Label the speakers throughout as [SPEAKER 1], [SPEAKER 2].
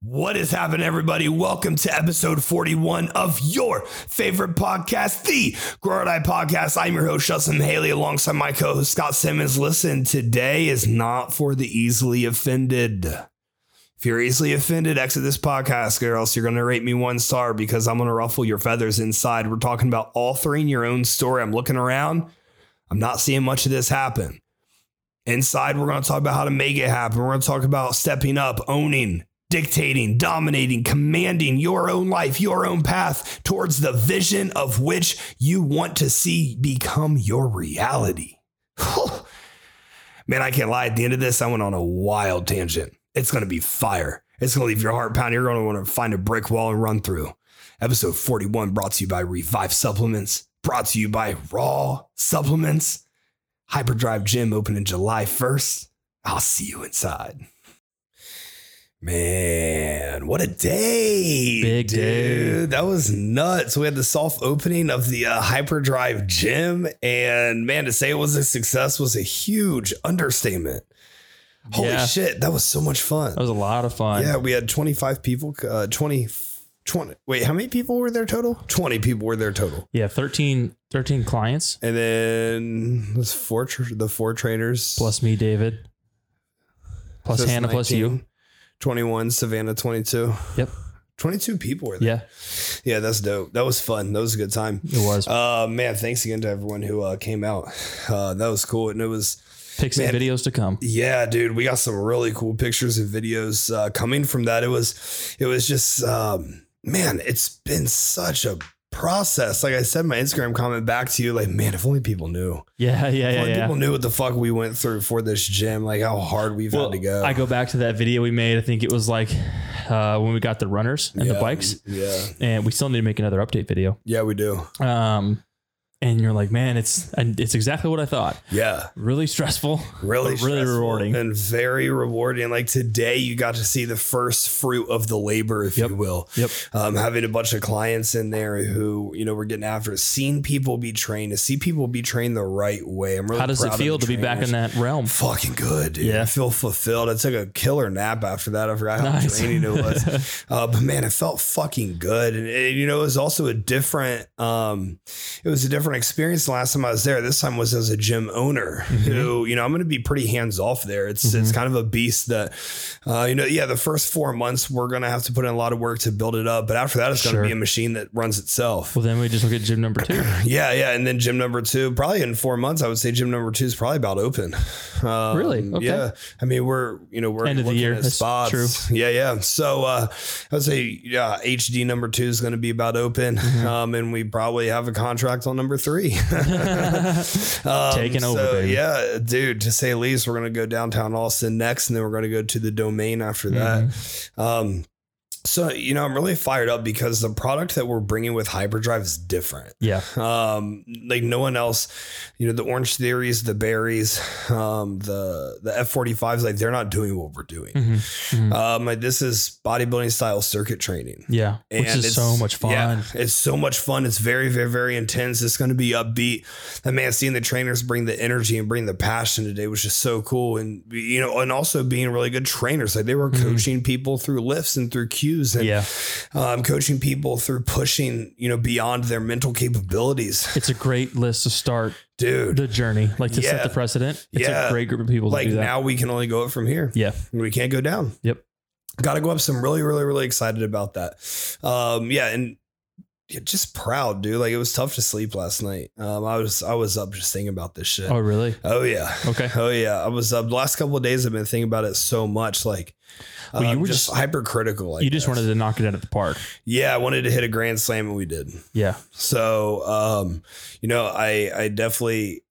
[SPEAKER 1] What is happening, everybody? Welcome to episode 41 of your favorite podcast, the Grow Eye Podcast. I'm your host, Justin Haley, alongside my co host, Scott Simmons. Listen, today is not for the easily offended. If you're easily offended, exit this podcast, or else you're going to rate me one star because I'm going to ruffle your feathers inside. We're talking about authoring your own story. I'm looking around, I'm not seeing much of this happen. Inside, we're going to talk about how to make it happen. We're going to talk about stepping up, owning, dictating, dominating, commanding your own life, your own path towards the vision of which you want to see become your reality. Man, I can't lie. At the end of this, I went on a wild tangent. It's going to be fire. It's going to leave your heart pounding. You're going to want to find a brick wall and run through. Episode 41 brought to you by Revive Supplements, brought to you by Raw Supplements. Hyperdrive Gym opening July 1st. I'll see you inside. Man, what a day.
[SPEAKER 2] Big
[SPEAKER 1] dude.
[SPEAKER 2] day.
[SPEAKER 1] That was nuts. We had the soft opening of the uh, Hyperdrive Gym. And man, to say it was a success was a huge understatement. Holy
[SPEAKER 2] Yeah.
[SPEAKER 1] shit. That was so much fun.
[SPEAKER 2] That was a lot of fun.
[SPEAKER 1] Yeah, we had 25 people, uh, 20, 20. Wait, how many people were there total? 20 people were there total.
[SPEAKER 2] Yeah, 13, 13 clients
[SPEAKER 1] And then there's four, tr- the four trainers.
[SPEAKER 2] plus me, David. Plus
[SPEAKER 1] So that's
[SPEAKER 2] Hannah, plus
[SPEAKER 1] 19,
[SPEAKER 2] you.
[SPEAKER 1] 21, Savannah, 22.
[SPEAKER 2] Yep.
[SPEAKER 1] 22 people were there.
[SPEAKER 2] Yeah,
[SPEAKER 1] Yeah. that's dope. That was fun. That was a good time.
[SPEAKER 2] it was.
[SPEAKER 1] Uh, man, thanks again to everyone who uh, came out. Uh, that was cool. And it was,
[SPEAKER 2] Pics and
[SPEAKER 1] man.
[SPEAKER 2] videos to come.
[SPEAKER 1] Yeah, dude, we got some really cool pictures and videos uh, coming from that. It was, it was just, um, man, it's been such a process. Like I said, in my Instagram comment back to you, like, man, if only people knew,
[SPEAKER 2] Yeah, yeah,
[SPEAKER 1] if
[SPEAKER 2] yeah,
[SPEAKER 1] only
[SPEAKER 2] yeah.
[SPEAKER 1] people knew what the fuck we went through for this gym, like how hard we've
[SPEAKER 2] Well,
[SPEAKER 1] had to go.
[SPEAKER 2] I go back to that video we made. I think it was like uh, when we got the runners and the
[SPEAKER 1] Yeah,
[SPEAKER 2] bikes,
[SPEAKER 1] Yeah,
[SPEAKER 2] and we still need to make another update video.
[SPEAKER 1] yeah, we do.
[SPEAKER 2] Um, and you're like, man, it's and it's exactly what I thought.
[SPEAKER 1] Yeah,
[SPEAKER 2] Really stressful.
[SPEAKER 1] really,
[SPEAKER 2] But really
[SPEAKER 1] stressful
[SPEAKER 2] rewarding.
[SPEAKER 1] and very rewarding. Like today, you got to see the first fruit of the labor, if
[SPEAKER 2] Yep.
[SPEAKER 1] you will.
[SPEAKER 2] Yep.
[SPEAKER 1] um, having a bunch of clients in there who you know we're getting after it, seeing people be trained to see people be trained the right way i'm really
[SPEAKER 2] How does
[SPEAKER 1] proud
[SPEAKER 2] it
[SPEAKER 1] of
[SPEAKER 2] feel
[SPEAKER 1] the
[SPEAKER 2] to be back
[SPEAKER 1] trainers.
[SPEAKER 2] in that realm?
[SPEAKER 1] fucking good dude.
[SPEAKER 2] Yeah.
[SPEAKER 1] i feel fulfilled i took a killer nap after that i forgot how
[SPEAKER 2] Nice.
[SPEAKER 1] draining it was uh, but man it felt fucking good and, and, you know it was also a different um it was a different experience the last time i was there this time was as a gym owner
[SPEAKER 2] Mm-hmm.
[SPEAKER 1] who you know i'm gonna be pretty hands off there it's it's kind of a beast that uh, you know, yeah, the first four months we're gonna have to put in a lot of work to build it up, but after that, it's gonna
[SPEAKER 2] Sure.
[SPEAKER 1] be a machine that runs itself.
[SPEAKER 2] Well, then we just look at gym number two.
[SPEAKER 1] Yeah, yeah, and then gym number two, probably in four months, I would say gym number two is probably about open. Um,
[SPEAKER 2] Really? Okay.
[SPEAKER 1] Yeah, I mean we're you know we're
[SPEAKER 2] End of the
[SPEAKER 1] looking
[SPEAKER 2] year.
[SPEAKER 1] at
[SPEAKER 2] That's
[SPEAKER 1] spots.
[SPEAKER 2] true.
[SPEAKER 1] Yeah, yeah. So uh, I would say yeah, HD number two is going to be about open,
[SPEAKER 2] Mm-hmm.
[SPEAKER 1] um, and we probably have a contract on number three. Um,
[SPEAKER 2] Taking over, baby.
[SPEAKER 1] Yeah, dude. To say the least, we're gonna go downtown Austin next, and then we're gonna go to the domain after
[SPEAKER 2] Mm-hmm.
[SPEAKER 1] that. Um, so you know, I'm really fired up because the product that we're bringing with Hyperdrive is different.
[SPEAKER 2] yeah.
[SPEAKER 1] Um, like no one else, you know, the Orange Theories, the Berries, um, the the F45s, like they're not doing what we're doing.
[SPEAKER 2] hmm
[SPEAKER 1] Um, like this is bodybuilding style circuit training.
[SPEAKER 2] Yeah. Which
[SPEAKER 1] And
[SPEAKER 2] is
[SPEAKER 1] it's-
[SPEAKER 2] so much fun.
[SPEAKER 1] yeah, it's so much fun. It's very, very, very intense. It's going to be upbeat. And man, seeing the trainers bring the energy and bring the passion today was just so cool. And you know, and also being really good trainers, like they were
[SPEAKER 2] Mhm.
[SPEAKER 1] coaching people through lifts and through cues, and
[SPEAKER 2] Yeah.
[SPEAKER 1] um, coaching people through pushing, you know, beyond their mental capabilities,
[SPEAKER 2] It's a great list to start
[SPEAKER 1] dude.
[SPEAKER 2] the journey, like to
[SPEAKER 1] Yeah.
[SPEAKER 2] set the precedent. It's
[SPEAKER 1] Yeah.
[SPEAKER 2] a great group of people
[SPEAKER 1] Like
[SPEAKER 2] to do that.
[SPEAKER 1] now we can only go up from here.
[SPEAKER 2] yeah.
[SPEAKER 1] We can't go down.
[SPEAKER 2] Yep.
[SPEAKER 1] Got to go up. So I'm really, really, really excited about that. Um, yeah, and yeah, just proud, dude. Like it was tough to sleep last night. Um, I was I was up just thinking about this shit.
[SPEAKER 2] Oh,
[SPEAKER 1] Oh,
[SPEAKER 2] really?
[SPEAKER 1] yeah.
[SPEAKER 2] Okay.
[SPEAKER 1] Oh yeah, I was up. The last couple of days, I've been thinking about it so much. Like,
[SPEAKER 2] Well,
[SPEAKER 1] um,
[SPEAKER 2] you were
[SPEAKER 1] just,
[SPEAKER 2] just-
[SPEAKER 1] hypercritical. Like
[SPEAKER 2] you just
[SPEAKER 1] this.
[SPEAKER 2] wanted to knock it out at the park.
[SPEAKER 1] yeah. I wanted to hit a grand slam, and we did.
[SPEAKER 2] Yeah.
[SPEAKER 1] So, um, you know, I I definitely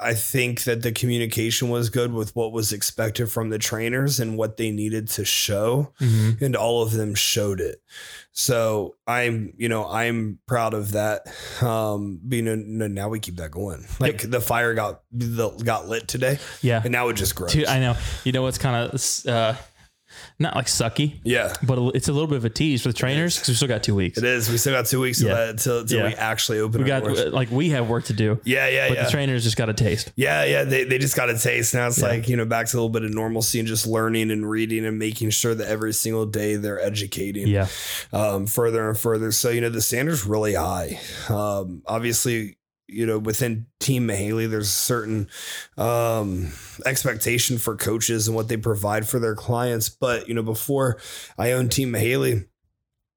[SPEAKER 1] I think that the communication was good with what was expected from the trainers and what they needed to show
[SPEAKER 2] Mm-hmm.
[SPEAKER 1] and all of them showed it. So I'm, you know, I'm proud of that. Um, but, you know, no, now we keep that going. Like the fire got the got lit today,
[SPEAKER 2] Yeah.
[SPEAKER 1] and now it just grows.
[SPEAKER 2] Dude, I know. You know what's kind of uh, not like sucky,
[SPEAKER 1] Yeah.
[SPEAKER 2] but a- it's a little bit of a tease for the trainers because we still got two weeks.
[SPEAKER 1] It is. We still got two weeks
[SPEAKER 2] Yeah.
[SPEAKER 1] yeah. till, till
[SPEAKER 2] Yeah.
[SPEAKER 1] we actually open.
[SPEAKER 2] We
[SPEAKER 1] our
[SPEAKER 2] got
[SPEAKER 1] doors.
[SPEAKER 2] like we have work to do,
[SPEAKER 1] yeah, yeah,
[SPEAKER 2] but
[SPEAKER 1] yeah.
[SPEAKER 2] the trainers just got a taste.
[SPEAKER 1] Yeah, yeah, they, they just got a taste. Now it's like, you know, back to a little bit of normalcy and just learning and reading and making sure that every single day they're educating
[SPEAKER 2] Yeah,
[SPEAKER 1] um, further and further. So, you know, the standard's really high. Um, obviously, you know, within Team Mahaley, there's a certain um, expectation for coaches and what they provide for their clients. But, you know, before I owned Team Mahaley,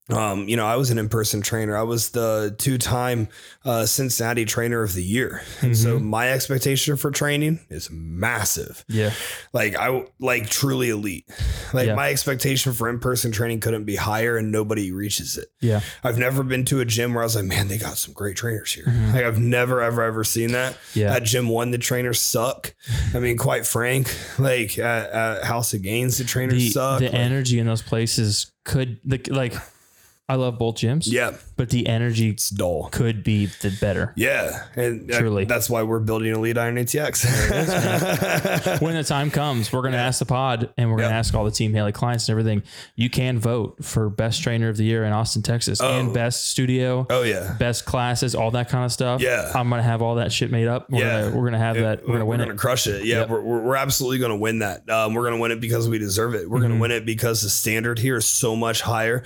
[SPEAKER 1] um, you know, I was an in-person trainer. I was the two-time uh, Cincinnati Trainer of the Year, and so my expectation for training is massive.
[SPEAKER 2] yeah,
[SPEAKER 1] Like I like truly elite. Like
[SPEAKER 2] Yeah.
[SPEAKER 1] my expectation for in-person training couldn't be higher, and nobody reaches it.
[SPEAKER 2] yeah.
[SPEAKER 1] I've never been to a gym where I was like, man, they got some great trainers here.
[SPEAKER 2] Mhm.
[SPEAKER 1] Like I've never ever ever seen that.
[SPEAKER 2] Yeah.
[SPEAKER 1] At gym one, the trainers suck. I mean, quite frank. Like at, at House of Gains, the trainers
[SPEAKER 2] The,
[SPEAKER 1] suck.
[SPEAKER 2] the
[SPEAKER 1] Like,
[SPEAKER 2] energy in those places could the, like. I love both gyms,
[SPEAKER 1] yeah,
[SPEAKER 2] but the energy
[SPEAKER 1] it's dull.
[SPEAKER 2] could be the better.
[SPEAKER 1] Yeah, and uh,
[SPEAKER 2] Truly.
[SPEAKER 1] that's why we're building Elite Iron ATX.
[SPEAKER 2] when the time comes, we're going to ask the pod and we're going to
[SPEAKER 1] Yeah.
[SPEAKER 2] ask all the Team Haley clients and everything. You can vote for best trainer of the year in Austin, Texas, and best studio,
[SPEAKER 1] oh yeah,
[SPEAKER 2] best classes, all that kind of stuff.
[SPEAKER 1] Yeah.
[SPEAKER 2] I'm going to have all that shit made up. We're
[SPEAKER 1] Yeah.
[SPEAKER 2] gonna, we're going to have that. We're going to win it.
[SPEAKER 1] crush it. Yeah,
[SPEAKER 2] Yep.
[SPEAKER 1] we're, we're, we're absolutely gonna win that. Um, we're gonna win it because we deserve it. We're
[SPEAKER 2] Mm-hmm.
[SPEAKER 1] gonna win it because the standard here is so much higher.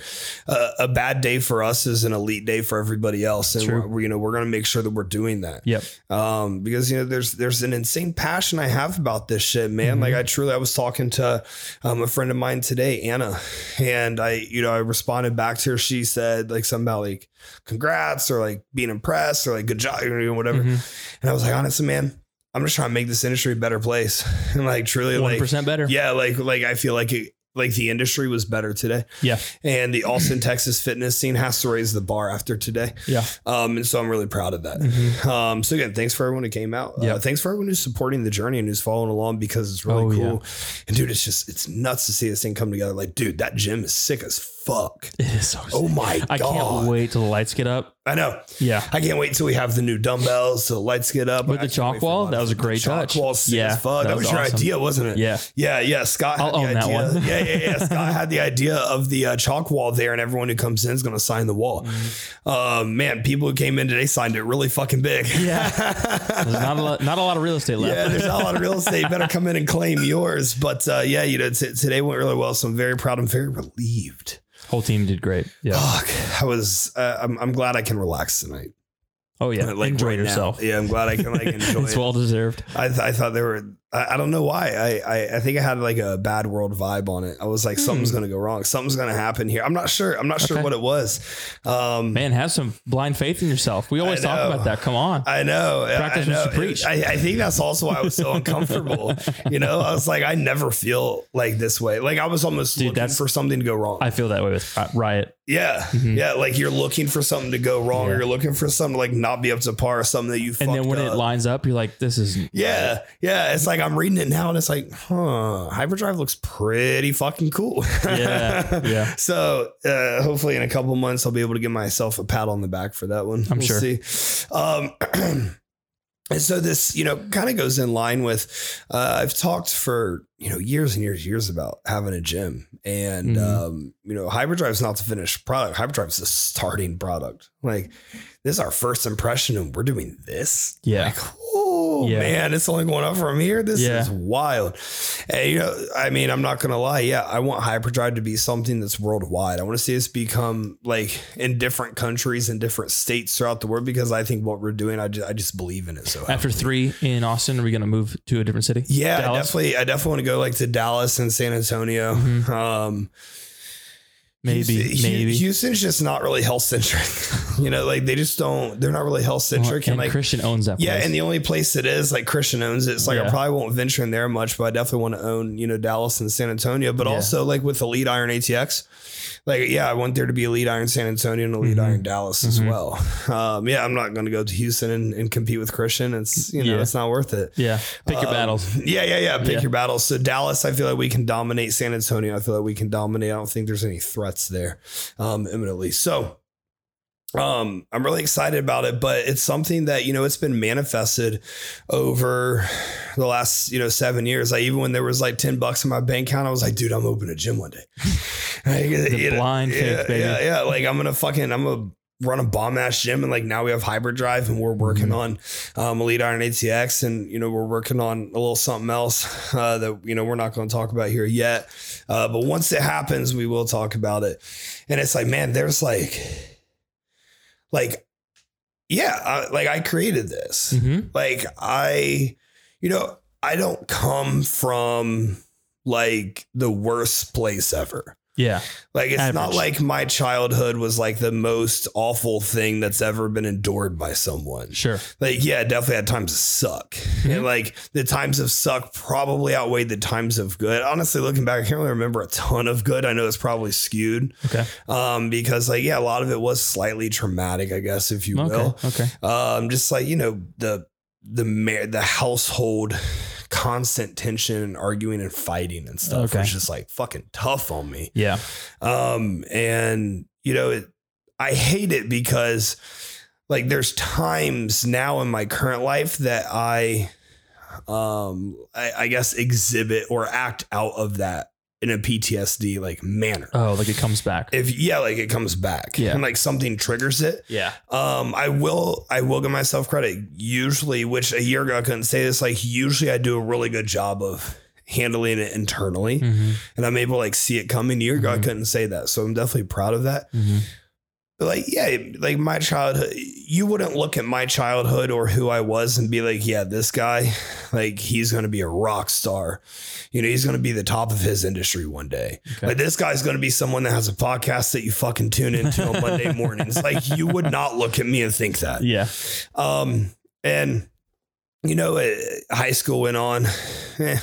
[SPEAKER 1] Uh, a bad day for us is an elite day for everybody else, and
[SPEAKER 2] True.
[SPEAKER 1] we're, we- you know we're gonna make sure that we're doing that.
[SPEAKER 2] Yep.
[SPEAKER 1] um, because you know there's there's an insane passion I have about this shit, man.
[SPEAKER 2] Mm-hmm.
[SPEAKER 1] Like I truly, I was talking to um, a friend of mine today, Anna, and I, you know, I responded back to her. She said like something about like congrats or like being impressed or like good job or whatever.
[SPEAKER 2] Mm-hmm.
[SPEAKER 1] And I was like, honestly, man, I'm just trying to make this industry a better place. And like truly,
[SPEAKER 2] One
[SPEAKER 1] like
[SPEAKER 2] percent better.
[SPEAKER 1] yeah, like like I feel like it. Like the industry was better today.
[SPEAKER 2] Yeah.
[SPEAKER 1] And the Austin, Texas fitness scene has to raise the bar after today.
[SPEAKER 2] Yeah. Mm-hmm.
[SPEAKER 1] Um, and so I'm really proud of that. Um, so again, thanks for everyone who came out. Uh,
[SPEAKER 2] Yeah.
[SPEAKER 1] thanks for everyone who's supporting the journey and who's following along because it's really
[SPEAKER 2] Oh, yeah.
[SPEAKER 1] cool. And dude, it's just it's nuts to see this thing come together. Like, dude, that gym is sick as fuck.
[SPEAKER 2] It is so
[SPEAKER 1] Oh my
[SPEAKER 2] I can't
[SPEAKER 1] god!
[SPEAKER 2] wait till the lights get up.
[SPEAKER 1] I know.
[SPEAKER 2] Yeah.
[SPEAKER 1] I can't wait till we have the new dumbbells, so the lights get up.
[SPEAKER 2] With
[SPEAKER 1] I
[SPEAKER 2] the
[SPEAKER 1] can't
[SPEAKER 2] chalk
[SPEAKER 1] wait for a
[SPEAKER 2] wall?
[SPEAKER 1] lot
[SPEAKER 2] That
[SPEAKER 1] of-
[SPEAKER 2] was a
[SPEAKER 1] the
[SPEAKER 2] great
[SPEAKER 1] chalk
[SPEAKER 2] touch.
[SPEAKER 1] Wall, sick
[SPEAKER 2] Yeah,
[SPEAKER 1] as fuck. That,
[SPEAKER 2] that
[SPEAKER 1] was,
[SPEAKER 2] was
[SPEAKER 1] your
[SPEAKER 2] awesome.
[SPEAKER 1] idea, wasn't it?
[SPEAKER 2] Yeah.
[SPEAKER 1] yeah, yeah. Scott,
[SPEAKER 2] I'll
[SPEAKER 1] had the
[SPEAKER 2] own
[SPEAKER 1] idea.
[SPEAKER 2] that one.
[SPEAKER 1] yeah, yeah, yeah. Scott had the idea of the uh, chalk wall there, and everyone who comes in is going to sign the wall.
[SPEAKER 2] Mm-hmm.
[SPEAKER 1] Um, man, people who came in today signed it really fucking big.
[SPEAKER 2] Yeah. There's not a lot, not a lot of real estate left.
[SPEAKER 1] Yeah, there's not a lot of real estate. You better come in and claim yours. But uh, yeah, you know, t- today went really well. So I'm very proud. I'm very relieved.
[SPEAKER 2] Whole team did great. Yeah.
[SPEAKER 1] Fuck, I was. Uh, I'm, I'm glad I can relax tonight.
[SPEAKER 2] Oh yeah.
[SPEAKER 1] Like
[SPEAKER 2] Enjoy
[SPEAKER 1] right now.
[SPEAKER 2] yourself.
[SPEAKER 1] Yeah, I'm glad I can like enjoy.
[SPEAKER 2] It's
[SPEAKER 1] it.
[SPEAKER 2] well deserved.
[SPEAKER 1] I, th- I thought there were. I, I don't know why. I, I I think I had like a bad world vibe on it. I was like, something's gonna go wrong. Something's gonna happen here. I'm not sure. I'm not sure
[SPEAKER 2] Hmm. Okay.
[SPEAKER 1] what it was. Um,
[SPEAKER 2] Man, have some blind faith in yourself. We always talk
[SPEAKER 1] know.
[SPEAKER 2] about that. Come on.
[SPEAKER 1] I know.
[SPEAKER 2] Practice
[SPEAKER 1] I
[SPEAKER 2] what
[SPEAKER 1] know.
[SPEAKER 2] you preach.
[SPEAKER 1] I, I think that's also why I was so uncomfortable. you know, I was like, I never feel like this way. Like I was almost
[SPEAKER 2] Dude,
[SPEAKER 1] looking
[SPEAKER 2] that's-
[SPEAKER 1] for something to go wrong.
[SPEAKER 2] I feel that way with uh, Riot.
[SPEAKER 1] yeah, yeah. Like you're looking for something to go wrong. Or
[SPEAKER 2] Yeah.
[SPEAKER 1] you're looking for something to like not be up to par. Or something that you.
[SPEAKER 2] And then
[SPEAKER 1] fucked
[SPEAKER 2] when
[SPEAKER 1] up.
[SPEAKER 2] it lines up, you're like, this is
[SPEAKER 1] Yeah, yeah. It's like I'm reading it now, and it's like, huh, hyperdrive looks pretty fucking cool.
[SPEAKER 2] Yeah, yeah.
[SPEAKER 1] So uh, hopefully, in a couple months, I'll be able to give myself a pat on the back for that one.
[SPEAKER 2] I'm sure.
[SPEAKER 1] See. Um, and so this, you know, kind of goes in line with uh, I've talked for you know years and years, years about having a gym, and
[SPEAKER 2] Mhm.
[SPEAKER 1] um, you know, hyperdrive's not the finished product. Hyperdrive's the starting product. Like this is our first impression, and we're doing this
[SPEAKER 2] yeah,
[SPEAKER 1] like, oh
[SPEAKER 2] Yeah.
[SPEAKER 1] man, it's only going up from here. This
[SPEAKER 2] Yeah.
[SPEAKER 1] is wild. And you know, I mean, I'm not gonna lie. Yeah, I want hyperdrive to be something that's worldwide. I want to see us become like in different countries and different states throughout the world because I think what we're doing, I just, I just believe in it. So
[SPEAKER 2] After three in Austin, are we going to move to a different city?
[SPEAKER 1] yeah, I
[SPEAKER 2] Dallas?
[SPEAKER 1] definitely, I definitely want to go like to Dallas and San Antonio.
[SPEAKER 2] Mhm.
[SPEAKER 1] Um,
[SPEAKER 2] maybe,
[SPEAKER 1] Houston- Hu-
[SPEAKER 2] maybe.
[SPEAKER 1] Houston's just not really health centric. you know, like they just don't. They're not really health centric.
[SPEAKER 2] Uh, and Christian owns that.
[SPEAKER 1] Yeah,
[SPEAKER 2] place.
[SPEAKER 1] and the only place it is, like Christian owns it. It's like I
[SPEAKER 2] Yeah.
[SPEAKER 1] probably won't venture in there much, but I definitely want to own, you know, Dallas and San Antonio. But
[SPEAKER 2] Yeah.
[SPEAKER 1] also like with Elite Iron ATX, like yeah, I want there to be Elite Iron San Antonio and Elite
[SPEAKER 2] Mhm.
[SPEAKER 1] Iron Dallas as well. Um, yeah, I'm not going to go to Houston and, and compete with Christian. It's you know,
[SPEAKER 2] Yeah.
[SPEAKER 1] it's not worth it.
[SPEAKER 2] yeah, pick your
[SPEAKER 1] Um,
[SPEAKER 2] battles.
[SPEAKER 1] Yeah, yeah, yeah. Pick
[SPEAKER 2] Yeah.
[SPEAKER 1] your battles. So Dallas, I feel like we can dominate. San Antonio, I feel like we can dominate. I don't think there's any threats there, um, imminently. So um i'm really excited about it but it's something that you know it's been manifested over the last you know seven years like even when there was like 10 bucks in my bank account i was like dude i'm opening a gym one day Like, you know,
[SPEAKER 2] blind faith,
[SPEAKER 1] yeah,
[SPEAKER 2] baby.
[SPEAKER 1] yeah yeah like i'm gonna fucking i'm gonna run a bomb ass gym and like now we have hybrid drive and we're working on um elite iron atx and you know we're working on a little something else uh that you know we're not going to talk about here yet uh but once it happens we will talk about it and it's like man there's like like yeah I, like i created this
[SPEAKER 2] Mhm.
[SPEAKER 1] like i you know i don't come from like the worst place ever
[SPEAKER 2] Yeah.
[SPEAKER 1] like it's not
[SPEAKER 2] Average.
[SPEAKER 1] like my childhood was like the most awful thing that's ever been endured by someone
[SPEAKER 2] Sure. Mm-hmm.
[SPEAKER 1] like yeah definitely had times of suck and like the times of suck probably outweighed the times of good honestly looking back i can't really remember a ton of good i know it's probably skewed
[SPEAKER 2] Okay.
[SPEAKER 1] um because like yeah a lot of it was slightly traumatic i guess if you
[SPEAKER 2] okay.
[SPEAKER 1] will
[SPEAKER 2] Okay.
[SPEAKER 1] um just like you know the the ma- the household constant tension and arguing and fighting and stuff
[SPEAKER 2] Okay.
[SPEAKER 1] was just like fucking tough on me
[SPEAKER 2] Yeah.
[SPEAKER 1] um and you know it, i hate it because like there's times now in my current life that i um i, I guess exhibit or act out of that in a ptsd like manner
[SPEAKER 2] Oh, like it comes back.
[SPEAKER 1] if yeah like it comes back
[SPEAKER 2] Yeah.
[SPEAKER 1] and like something triggers it
[SPEAKER 2] yeah.
[SPEAKER 1] um, I will I will give myself credit. Usually, which a year ago I couldn't say this, like usually I do a really good job of handling it internally
[SPEAKER 2] hmm
[SPEAKER 1] and I'm able to like see it coming. A year ago I
[SPEAKER 2] Mhm.
[SPEAKER 1] couldn't say that. So I'm definitely proud of that.
[SPEAKER 2] hmm
[SPEAKER 1] But like, yeah, it- like my childhood you wouldn't look at my childhood or who I was and be like, yeah, this guy, like he's gonna be a rock star. You know, he's gonna be the top of his industry one day.
[SPEAKER 2] Okay.
[SPEAKER 1] Like this guy's going to be someone that has a podcast that you fucking tune into on Monday mornings. Like you would not look at me and think that.
[SPEAKER 2] yeah.
[SPEAKER 1] Um, and you know, eh, high school went on, eh,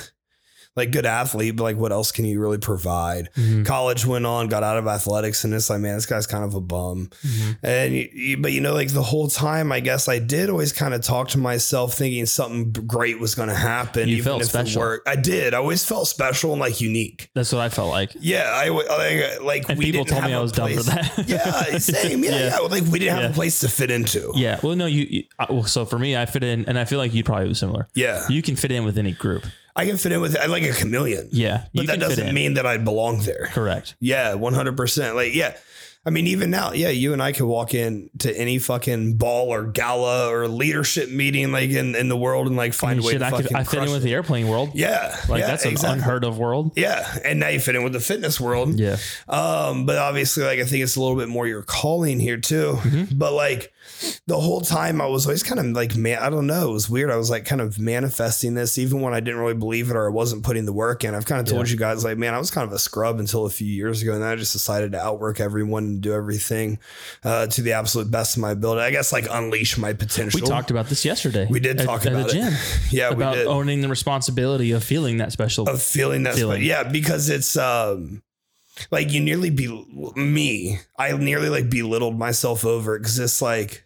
[SPEAKER 1] like good athlete, but like what else can you really provide?
[SPEAKER 2] Mhm.
[SPEAKER 1] College went on, got out of athletics, and it's like, man, this guy's kind of a bum.
[SPEAKER 2] Mhm.
[SPEAKER 1] And you- you, but you know, like the whole time, I guess I did always kind of talk to myself, thinking something great was going to happen.
[SPEAKER 2] You felt
[SPEAKER 1] it
[SPEAKER 2] special.
[SPEAKER 1] worked. I did. I always felt special and like unique.
[SPEAKER 2] That's what I felt like.
[SPEAKER 1] Yeah, I w- like, like
[SPEAKER 2] And
[SPEAKER 1] we
[SPEAKER 2] people
[SPEAKER 1] didn't
[SPEAKER 2] told me
[SPEAKER 1] have
[SPEAKER 2] I
[SPEAKER 1] a
[SPEAKER 2] was dumb for
[SPEAKER 1] place-
[SPEAKER 2] that.
[SPEAKER 1] yeah, same. Yeah,
[SPEAKER 2] Yeah.
[SPEAKER 1] yeah, like we didn't have
[SPEAKER 2] Yeah.
[SPEAKER 1] a place to fit into. Yeah,
[SPEAKER 2] Yeah. Well, no, you, you I, well, so for me, I fit in, and I feel like you probably was similar. You can fit in with any group.
[SPEAKER 1] I can fit in with I like a chameleon,
[SPEAKER 2] Yeah.
[SPEAKER 1] but
[SPEAKER 2] you
[SPEAKER 1] that
[SPEAKER 2] can
[SPEAKER 1] doesn't mean that I belong there.
[SPEAKER 2] Correct.
[SPEAKER 1] Yeah, one hundred percent. Like, yeah, I mean, even now, yeah, you and I could walk in to any fucking ball or gala or leadership meeting, like in, in the world, and like
[SPEAKER 2] I
[SPEAKER 1] find a
[SPEAKER 2] mean,
[SPEAKER 1] way
[SPEAKER 2] shit,
[SPEAKER 1] to
[SPEAKER 2] I,
[SPEAKER 1] fucking
[SPEAKER 2] could, I fit
[SPEAKER 1] crush
[SPEAKER 2] in with
[SPEAKER 1] it.
[SPEAKER 2] the airplane world.
[SPEAKER 1] Yeah,
[SPEAKER 2] Like
[SPEAKER 1] yeah,
[SPEAKER 2] that's an
[SPEAKER 1] exactly.
[SPEAKER 2] unheard of world.
[SPEAKER 1] Yeah, and now you fit in with the fitness world.
[SPEAKER 2] Yeah.
[SPEAKER 1] Um, but obviously, like I think it's a little bit more your calling here too.
[SPEAKER 2] Mhm.
[SPEAKER 1] But like the whole time, I was always kind of like, man, I don't know. It was weird. I was like kind of manifesting this, even when I didn't really believe it or I wasn't putting the work in. I've kind of told
[SPEAKER 2] Yeah.
[SPEAKER 1] you guys, like, man, I was kind of a scrub until a few years ago, and then I just decided to outwork everyone and do everything uh, to the absolute best of my ability. I guess like unleash my potential.
[SPEAKER 2] We talked about this yesterday.
[SPEAKER 1] We did
[SPEAKER 2] at-
[SPEAKER 1] talk
[SPEAKER 2] at
[SPEAKER 1] about
[SPEAKER 2] the
[SPEAKER 1] it.
[SPEAKER 2] gym
[SPEAKER 1] yeah,
[SPEAKER 2] about
[SPEAKER 1] we did.
[SPEAKER 2] owning the responsibility of feeling that special.
[SPEAKER 1] of feeling that
[SPEAKER 2] Feeling.
[SPEAKER 1] sp- yeah because it's um like you nearly be me i nearly like belittled myself over it because it's like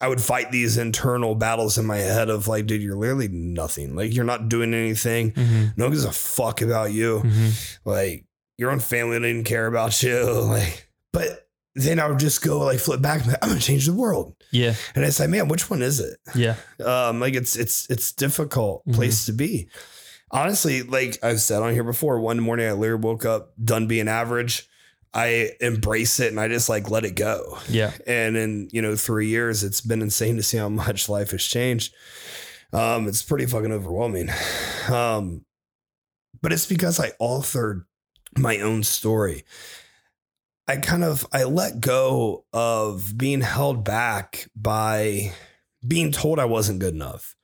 [SPEAKER 1] i would fight these internal battles in my head of like dude you're literally nothing like you're not doing anything
[SPEAKER 2] Mhm.
[SPEAKER 1] no one gives a fuck about you
[SPEAKER 2] Mhm.
[SPEAKER 1] like your own family didn't care about you like but then i would just go like flip back and be like, i'm gonna change the world
[SPEAKER 2] Yeah.
[SPEAKER 1] and it's like man which one is it
[SPEAKER 2] Yeah.
[SPEAKER 1] um like it's it's it's difficult
[SPEAKER 2] Mhm.
[SPEAKER 1] place to be honestly like i've said on here before one morning i literally woke up done being average i embrace it and i just like let it go
[SPEAKER 2] Yeah.
[SPEAKER 1] and in you know three years it's been insane to see how much life has changed um it's pretty fucking overwhelming um but it's because i authored my own story i kind of i let go of being held back by being told i wasn't good enough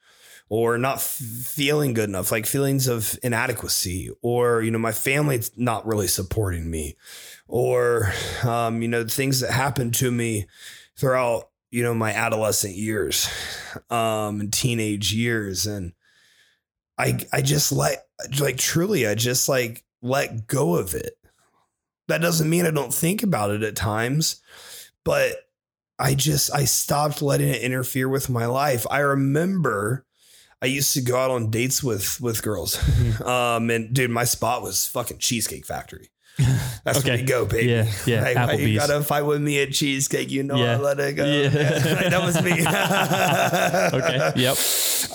[SPEAKER 1] or not f- feeling good enough like feelings of inadequacy or you know my family's not really supporting me or um, you know things that happened to me throughout you know my adolescent years um, and teenage years and i i just let like truly i just like let go of it that doesn't mean i don't think about it at times but i just i stopped letting it interfere with my life i remember i used to go out on dates with with girls
[SPEAKER 2] Mhm.
[SPEAKER 1] um and dude my spot was fucking cheesecake factory That's
[SPEAKER 2] Okay.
[SPEAKER 1] where we go, baby.
[SPEAKER 2] Yeah, yeah,
[SPEAKER 1] Like, why you
[SPEAKER 2] Applebee's.
[SPEAKER 1] gotta fight with me at cheesecake? You know I
[SPEAKER 2] Yeah.
[SPEAKER 1] let it go.
[SPEAKER 2] Yeah.
[SPEAKER 1] Like, that was me.
[SPEAKER 2] Okay. Yep.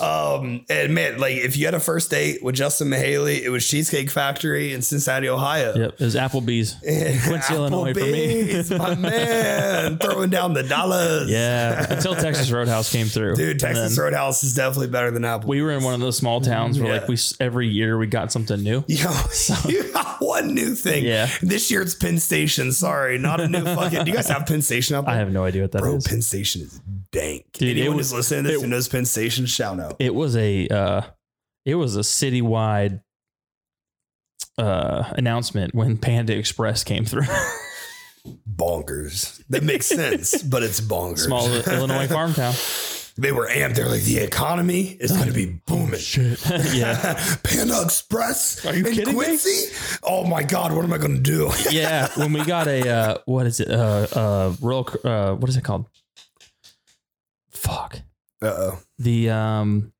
[SPEAKER 1] Um, and man, like if you had a first date with Justin Mahaley, it was Cheesecake Factory in Cincinnati, Ohio.
[SPEAKER 2] Yep. It was Applebee's. Quincy, Illinois for me.
[SPEAKER 1] Applebee's, my man, throwing down the dollars.
[SPEAKER 2] Yeah. Until Texas Roadhouse came through.
[SPEAKER 1] Dude, Texas Roadhouse is definitely better than Apple.
[SPEAKER 2] We were in one of those small towns where like we s- every year we got something new.
[SPEAKER 1] Yo, you got one new thing.
[SPEAKER 2] Yeah.
[SPEAKER 1] This year it's Penn Station. Sorry, not a new fucking. Do you guys have Penn Station out there?
[SPEAKER 2] I have no idea what that is.
[SPEAKER 1] Bro, Penn Station is dank.
[SPEAKER 2] Dude, it
[SPEAKER 1] Anyone
[SPEAKER 2] was-
[SPEAKER 1] who's listening to this
[SPEAKER 2] it-
[SPEAKER 1] who knows Penn Station, shout out.
[SPEAKER 2] it was a uh, it was a citywide uh, announcement when Panda Express came through.
[SPEAKER 1] Bonkers. That makes sense, but it's bonkers.
[SPEAKER 2] Small Illinois farm town.
[SPEAKER 1] They were amped. They're like, the economy is going to be booming.
[SPEAKER 2] yeah.
[SPEAKER 1] Panda Express
[SPEAKER 2] Are you
[SPEAKER 1] in
[SPEAKER 2] kidding me?
[SPEAKER 1] Quincy? Oh my God, what am I going to do?
[SPEAKER 2] Yeah. When we got a uh, what is it? Uh, uh, royal. Cr- Uh, what is it called? Fuck
[SPEAKER 1] Uh oh.
[SPEAKER 2] the um.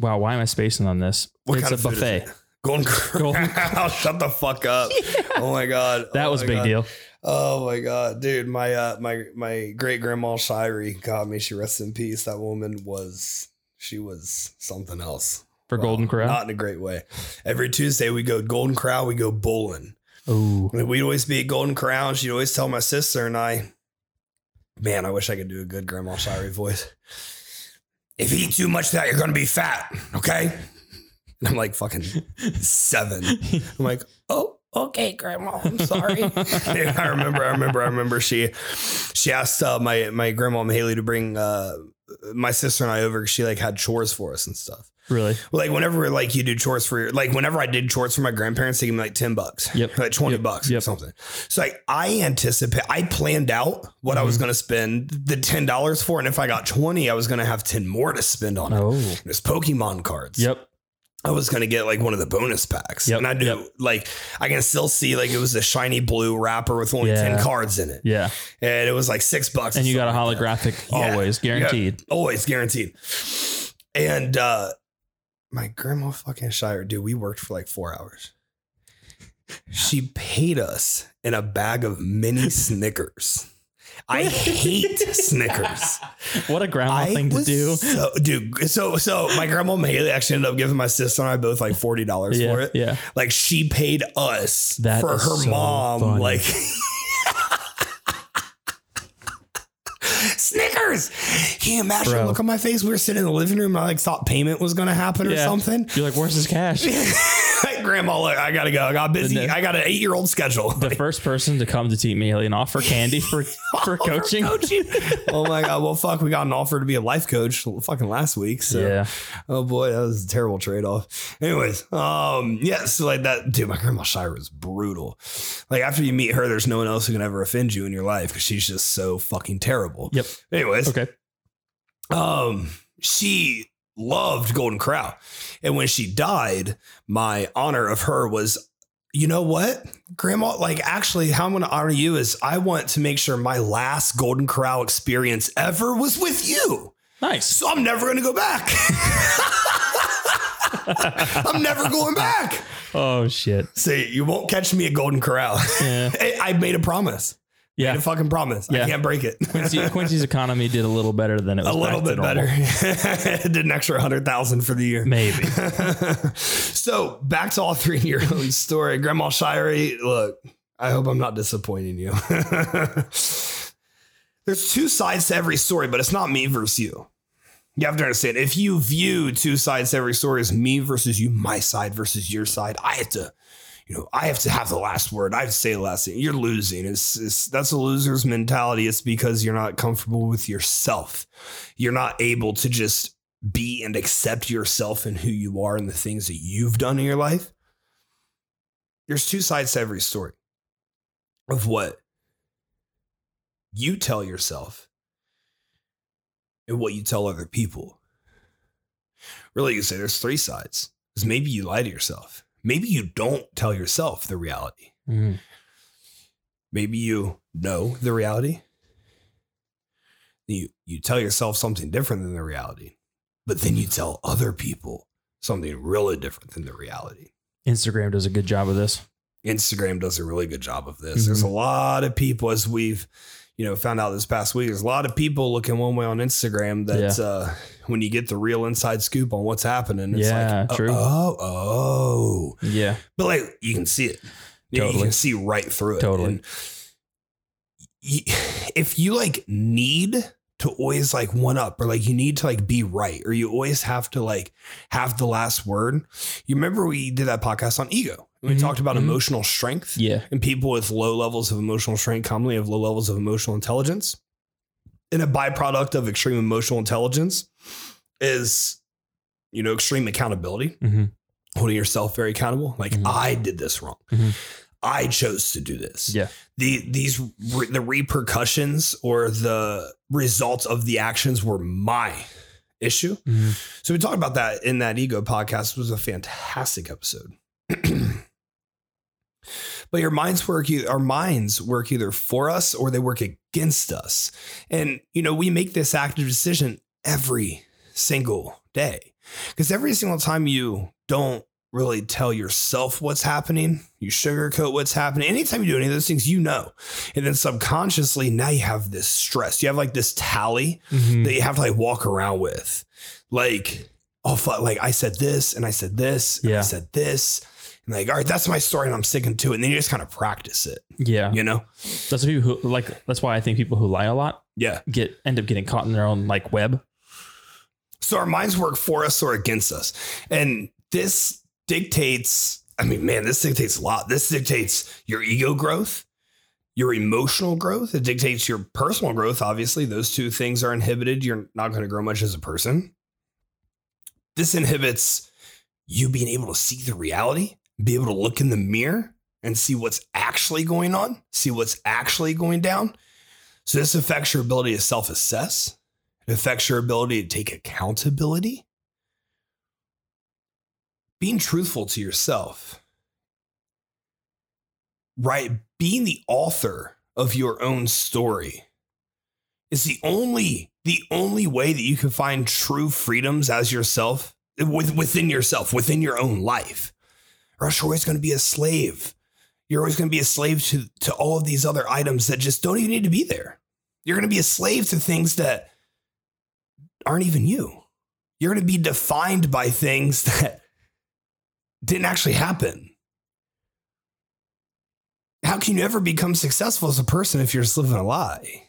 [SPEAKER 2] Wow. Why am I spacing on this?
[SPEAKER 1] What
[SPEAKER 2] it's
[SPEAKER 1] kind
[SPEAKER 2] a
[SPEAKER 1] of food is
[SPEAKER 2] buffet.
[SPEAKER 1] Golden
[SPEAKER 2] Golden
[SPEAKER 1] Corral. Shut the fuck up. Oh my God.
[SPEAKER 2] That
[SPEAKER 1] Oh
[SPEAKER 2] was a
[SPEAKER 1] my
[SPEAKER 2] big
[SPEAKER 1] God.
[SPEAKER 2] deal.
[SPEAKER 1] Oh my god, dude! My uh, my my great grandma Shiree, God may she rest in peace. That woman was she was something else
[SPEAKER 2] for
[SPEAKER 1] Wow.
[SPEAKER 2] Golden Corral.
[SPEAKER 1] Not in a great way. Every Tuesday we go Golden Corral, we go bowling.
[SPEAKER 2] Oh,
[SPEAKER 1] And We'd always be at Golden Corral, and she'd always tell my sister and I, "Man, I wish I could do a good grandma Shiree voice. If you eat too much of that, you're gonna be fat, okay?" And I'm like, "Fucking seven. I'm like, oh, okay, grandma. I'm sorry. And I remember, I remember, I remember. She, she asked uh, my my grandma Haley to bring uh, my sister and I over. 'cause She like had chores for us and stuff.
[SPEAKER 2] really?
[SPEAKER 1] Like whenever like you do chores for your like whenever I did chores for my grandparents, they gave me like ten bucks,
[SPEAKER 2] Yep.
[SPEAKER 1] like twenty
[SPEAKER 2] Yep.
[SPEAKER 1] bucks or
[SPEAKER 2] Yep.
[SPEAKER 1] something. So like I anticipate, I planned out what I
[SPEAKER 2] Mm-hmm.
[SPEAKER 1] was going to spend the ten dollars for, and if I got twenty, I was going to have ten more to spend on it.
[SPEAKER 2] Oh,
[SPEAKER 1] There's Pokemon cards.
[SPEAKER 2] yep.
[SPEAKER 1] I was gonna get like one of the bonus packs,
[SPEAKER 2] Yep,
[SPEAKER 1] and I do
[SPEAKER 2] yep.
[SPEAKER 1] like I can still see like it was a shiny blue wrapper with only ten
[SPEAKER 2] Yeah.
[SPEAKER 1] cards in it,
[SPEAKER 2] Yeah,
[SPEAKER 1] and it was like six bucks.
[SPEAKER 2] and
[SPEAKER 1] or
[SPEAKER 2] you got a
[SPEAKER 1] something like that.
[SPEAKER 2] holographic
[SPEAKER 1] Yeah.
[SPEAKER 2] always guaranteed.
[SPEAKER 1] always guaranteed. And uh my grandma fucking Shire, dude, we worked for like four hours. She paid us in a bag of mini Snickers. I hate Snickers.
[SPEAKER 2] What a grandma thing to
[SPEAKER 1] was
[SPEAKER 2] do.
[SPEAKER 1] So, dude, so so my grandma Haley actually ended up giving my sister and I both like forty dollars
[SPEAKER 2] Yeah,
[SPEAKER 1] for it.
[SPEAKER 2] yeah.
[SPEAKER 1] Like she paid us
[SPEAKER 2] That
[SPEAKER 1] for her
[SPEAKER 2] is so
[SPEAKER 1] mom.
[SPEAKER 2] funny.
[SPEAKER 1] Like Snickers. Can you imagine
[SPEAKER 2] Bro.
[SPEAKER 1] look on my face? We were sitting in the living room and I like thought payment was gonna happen or
[SPEAKER 2] Yeah.
[SPEAKER 1] something.
[SPEAKER 2] You're like, where's this cash?
[SPEAKER 1] Like, Grandma, look, I gotta go. I got busy.
[SPEAKER 2] Didn't it?
[SPEAKER 1] I got an eight year old schedule.
[SPEAKER 2] The first person to come to Team Alien offer candy for for coaching.
[SPEAKER 1] oh my god. Well fuck, we got an offer to be a life coach fucking last week. So
[SPEAKER 2] Yeah,
[SPEAKER 1] Oh boy, that was a terrible trade off. Anyways, um, yeah, so like that, dude, my grandma Shira is brutal. Like after you meet her, there's no one else who can ever offend you in your life because she's just so fucking terrible.
[SPEAKER 2] Yep.
[SPEAKER 1] Anyways,
[SPEAKER 2] Okay.
[SPEAKER 1] um, she loved Golden Crow, and when she died, my honor of her was. You know what, Grandma? Like, actually, how I'm going to honor you is I want to make sure my last Golden Corral experience ever was with you.
[SPEAKER 2] nice.
[SPEAKER 1] So I'm never going to go back. I'm never going back.
[SPEAKER 2] Oh shit.
[SPEAKER 1] See, you won't catch me at Golden Corral.
[SPEAKER 2] Yeah,
[SPEAKER 1] I I made a promise. Made
[SPEAKER 2] yeah.
[SPEAKER 1] a fucking promise. I
[SPEAKER 2] Yeah.
[SPEAKER 1] can't break it.
[SPEAKER 2] Quincy, Quincy's economy did a little better than it was.
[SPEAKER 1] a little
[SPEAKER 2] back to
[SPEAKER 1] bit
[SPEAKER 2] normal.
[SPEAKER 1] better. Did an extra hundred thousand for the year.
[SPEAKER 2] Maybe.
[SPEAKER 1] so back to all three in your own story. Grandma Shirey, look, I hope I'm not disappointing you. There's two sides to every story, but it's not me versus you. You have to understand. If you view two sides to every story as me versus you, my side versus your side, I have to, you know, I have to have the last word. I have to say the last thing. You're losing. It's, it's that's a loser's mentality. It's because you're not comfortable with yourself. You're not able to just be and accept yourself and who you are and the things that you've done in your life. There's two sides to every story of what you tell yourself and what you tell other people. Really, you say there's three sides. Because maybe you lie to yourself. Maybe you don't tell yourself the reality.
[SPEAKER 2] Mm.
[SPEAKER 1] Maybe you know the reality. You you tell yourself something different than the reality, but then you tell other people something really different than the reality.
[SPEAKER 2] Instagram does a good job of this.
[SPEAKER 1] Instagram does a really good job of this.
[SPEAKER 2] Mm-hmm.
[SPEAKER 1] There's a lot of people as we've you know found out this past week. There's a lot of people looking one way on Instagram. That uh, when you get the real inside scoop on what's happening, it's
[SPEAKER 2] Yeah,
[SPEAKER 1] like oh,
[SPEAKER 2] true.
[SPEAKER 1] Oh, oh,
[SPEAKER 2] Yeah.
[SPEAKER 1] but like you can see it. You know, You
[SPEAKER 2] Totally.
[SPEAKER 1] can see right through it.
[SPEAKER 2] Totally.
[SPEAKER 1] And y- if you like need to always like one up or like you need to like be right or you always have to like have the last word. You remember we did that podcast on ego. and We
[SPEAKER 2] Mhm.
[SPEAKER 1] talked about
[SPEAKER 2] Mhm.
[SPEAKER 1] emotional strength
[SPEAKER 2] Yeah.
[SPEAKER 1] and people with low levels of emotional strength commonly have low levels of emotional intelligence. And a byproduct of extreme emotional intelligence is, you know, extreme accountability
[SPEAKER 2] Mm-hmm.
[SPEAKER 1] holding yourself very accountable. Like
[SPEAKER 2] Mhm.
[SPEAKER 1] I did this wrong.
[SPEAKER 2] Mhm.
[SPEAKER 1] I chose to do this.
[SPEAKER 2] Yeah.
[SPEAKER 1] The these re- the repercussions or the results of the actions were my issue. So we talked about that in that ego podcast. It was a fantastic episode. but your minds work e- our minds work either for us or they work against us. And you know, we make this active decision every single day. Because every single time you don't really tell yourself what's happening, you sugarcoat what's happening. Anytime you do any of those things, you know. And then subconsciously, now you have this stress. You have like this tally
[SPEAKER 2] Mm-hmm. Hmm.
[SPEAKER 1] that you have to like walk around with. Like, oh fuck, like I said this and I said this and I
[SPEAKER 2] Yeah.
[SPEAKER 1] said this. And like, all right, that's my story and I'm sticking to it. And then you just kind of practice it,
[SPEAKER 2] Yeah.
[SPEAKER 1] you know?
[SPEAKER 2] That's the people who like. That's why I think people who lie a lot
[SPEAKER 1] Yeah.
[SPEAKER 2] get end up getting caught in their own like web.
[SPEAKER 1] So our minds work for us or against us. And this dictates, I mean, man, this dictates a lot. This dictates your ego growth, your emotional growth. It dictates your personal growth. Obviously, those two things are inhibited. You're not going to grow much as a person. This inhibits you being able to see the reality, be able to look in the mirror and see what's actually going on, see what's actually going down. So, this affects your ability to self assess. It affects your ability to take accountability. Being truthful to yourself, right? Being the author of your own story is the only the only way that you can find true freedoms as yourself with, within yourself, within your own life. Or else you're always going to be a slave. You're always going to be a slave to to all of these other items that just don't even need to be there. You're going to be a slave to things that aren't even you. You're going to be defined by things that didn't actually happen. How can you ever become successful as a person if you're just living a lie?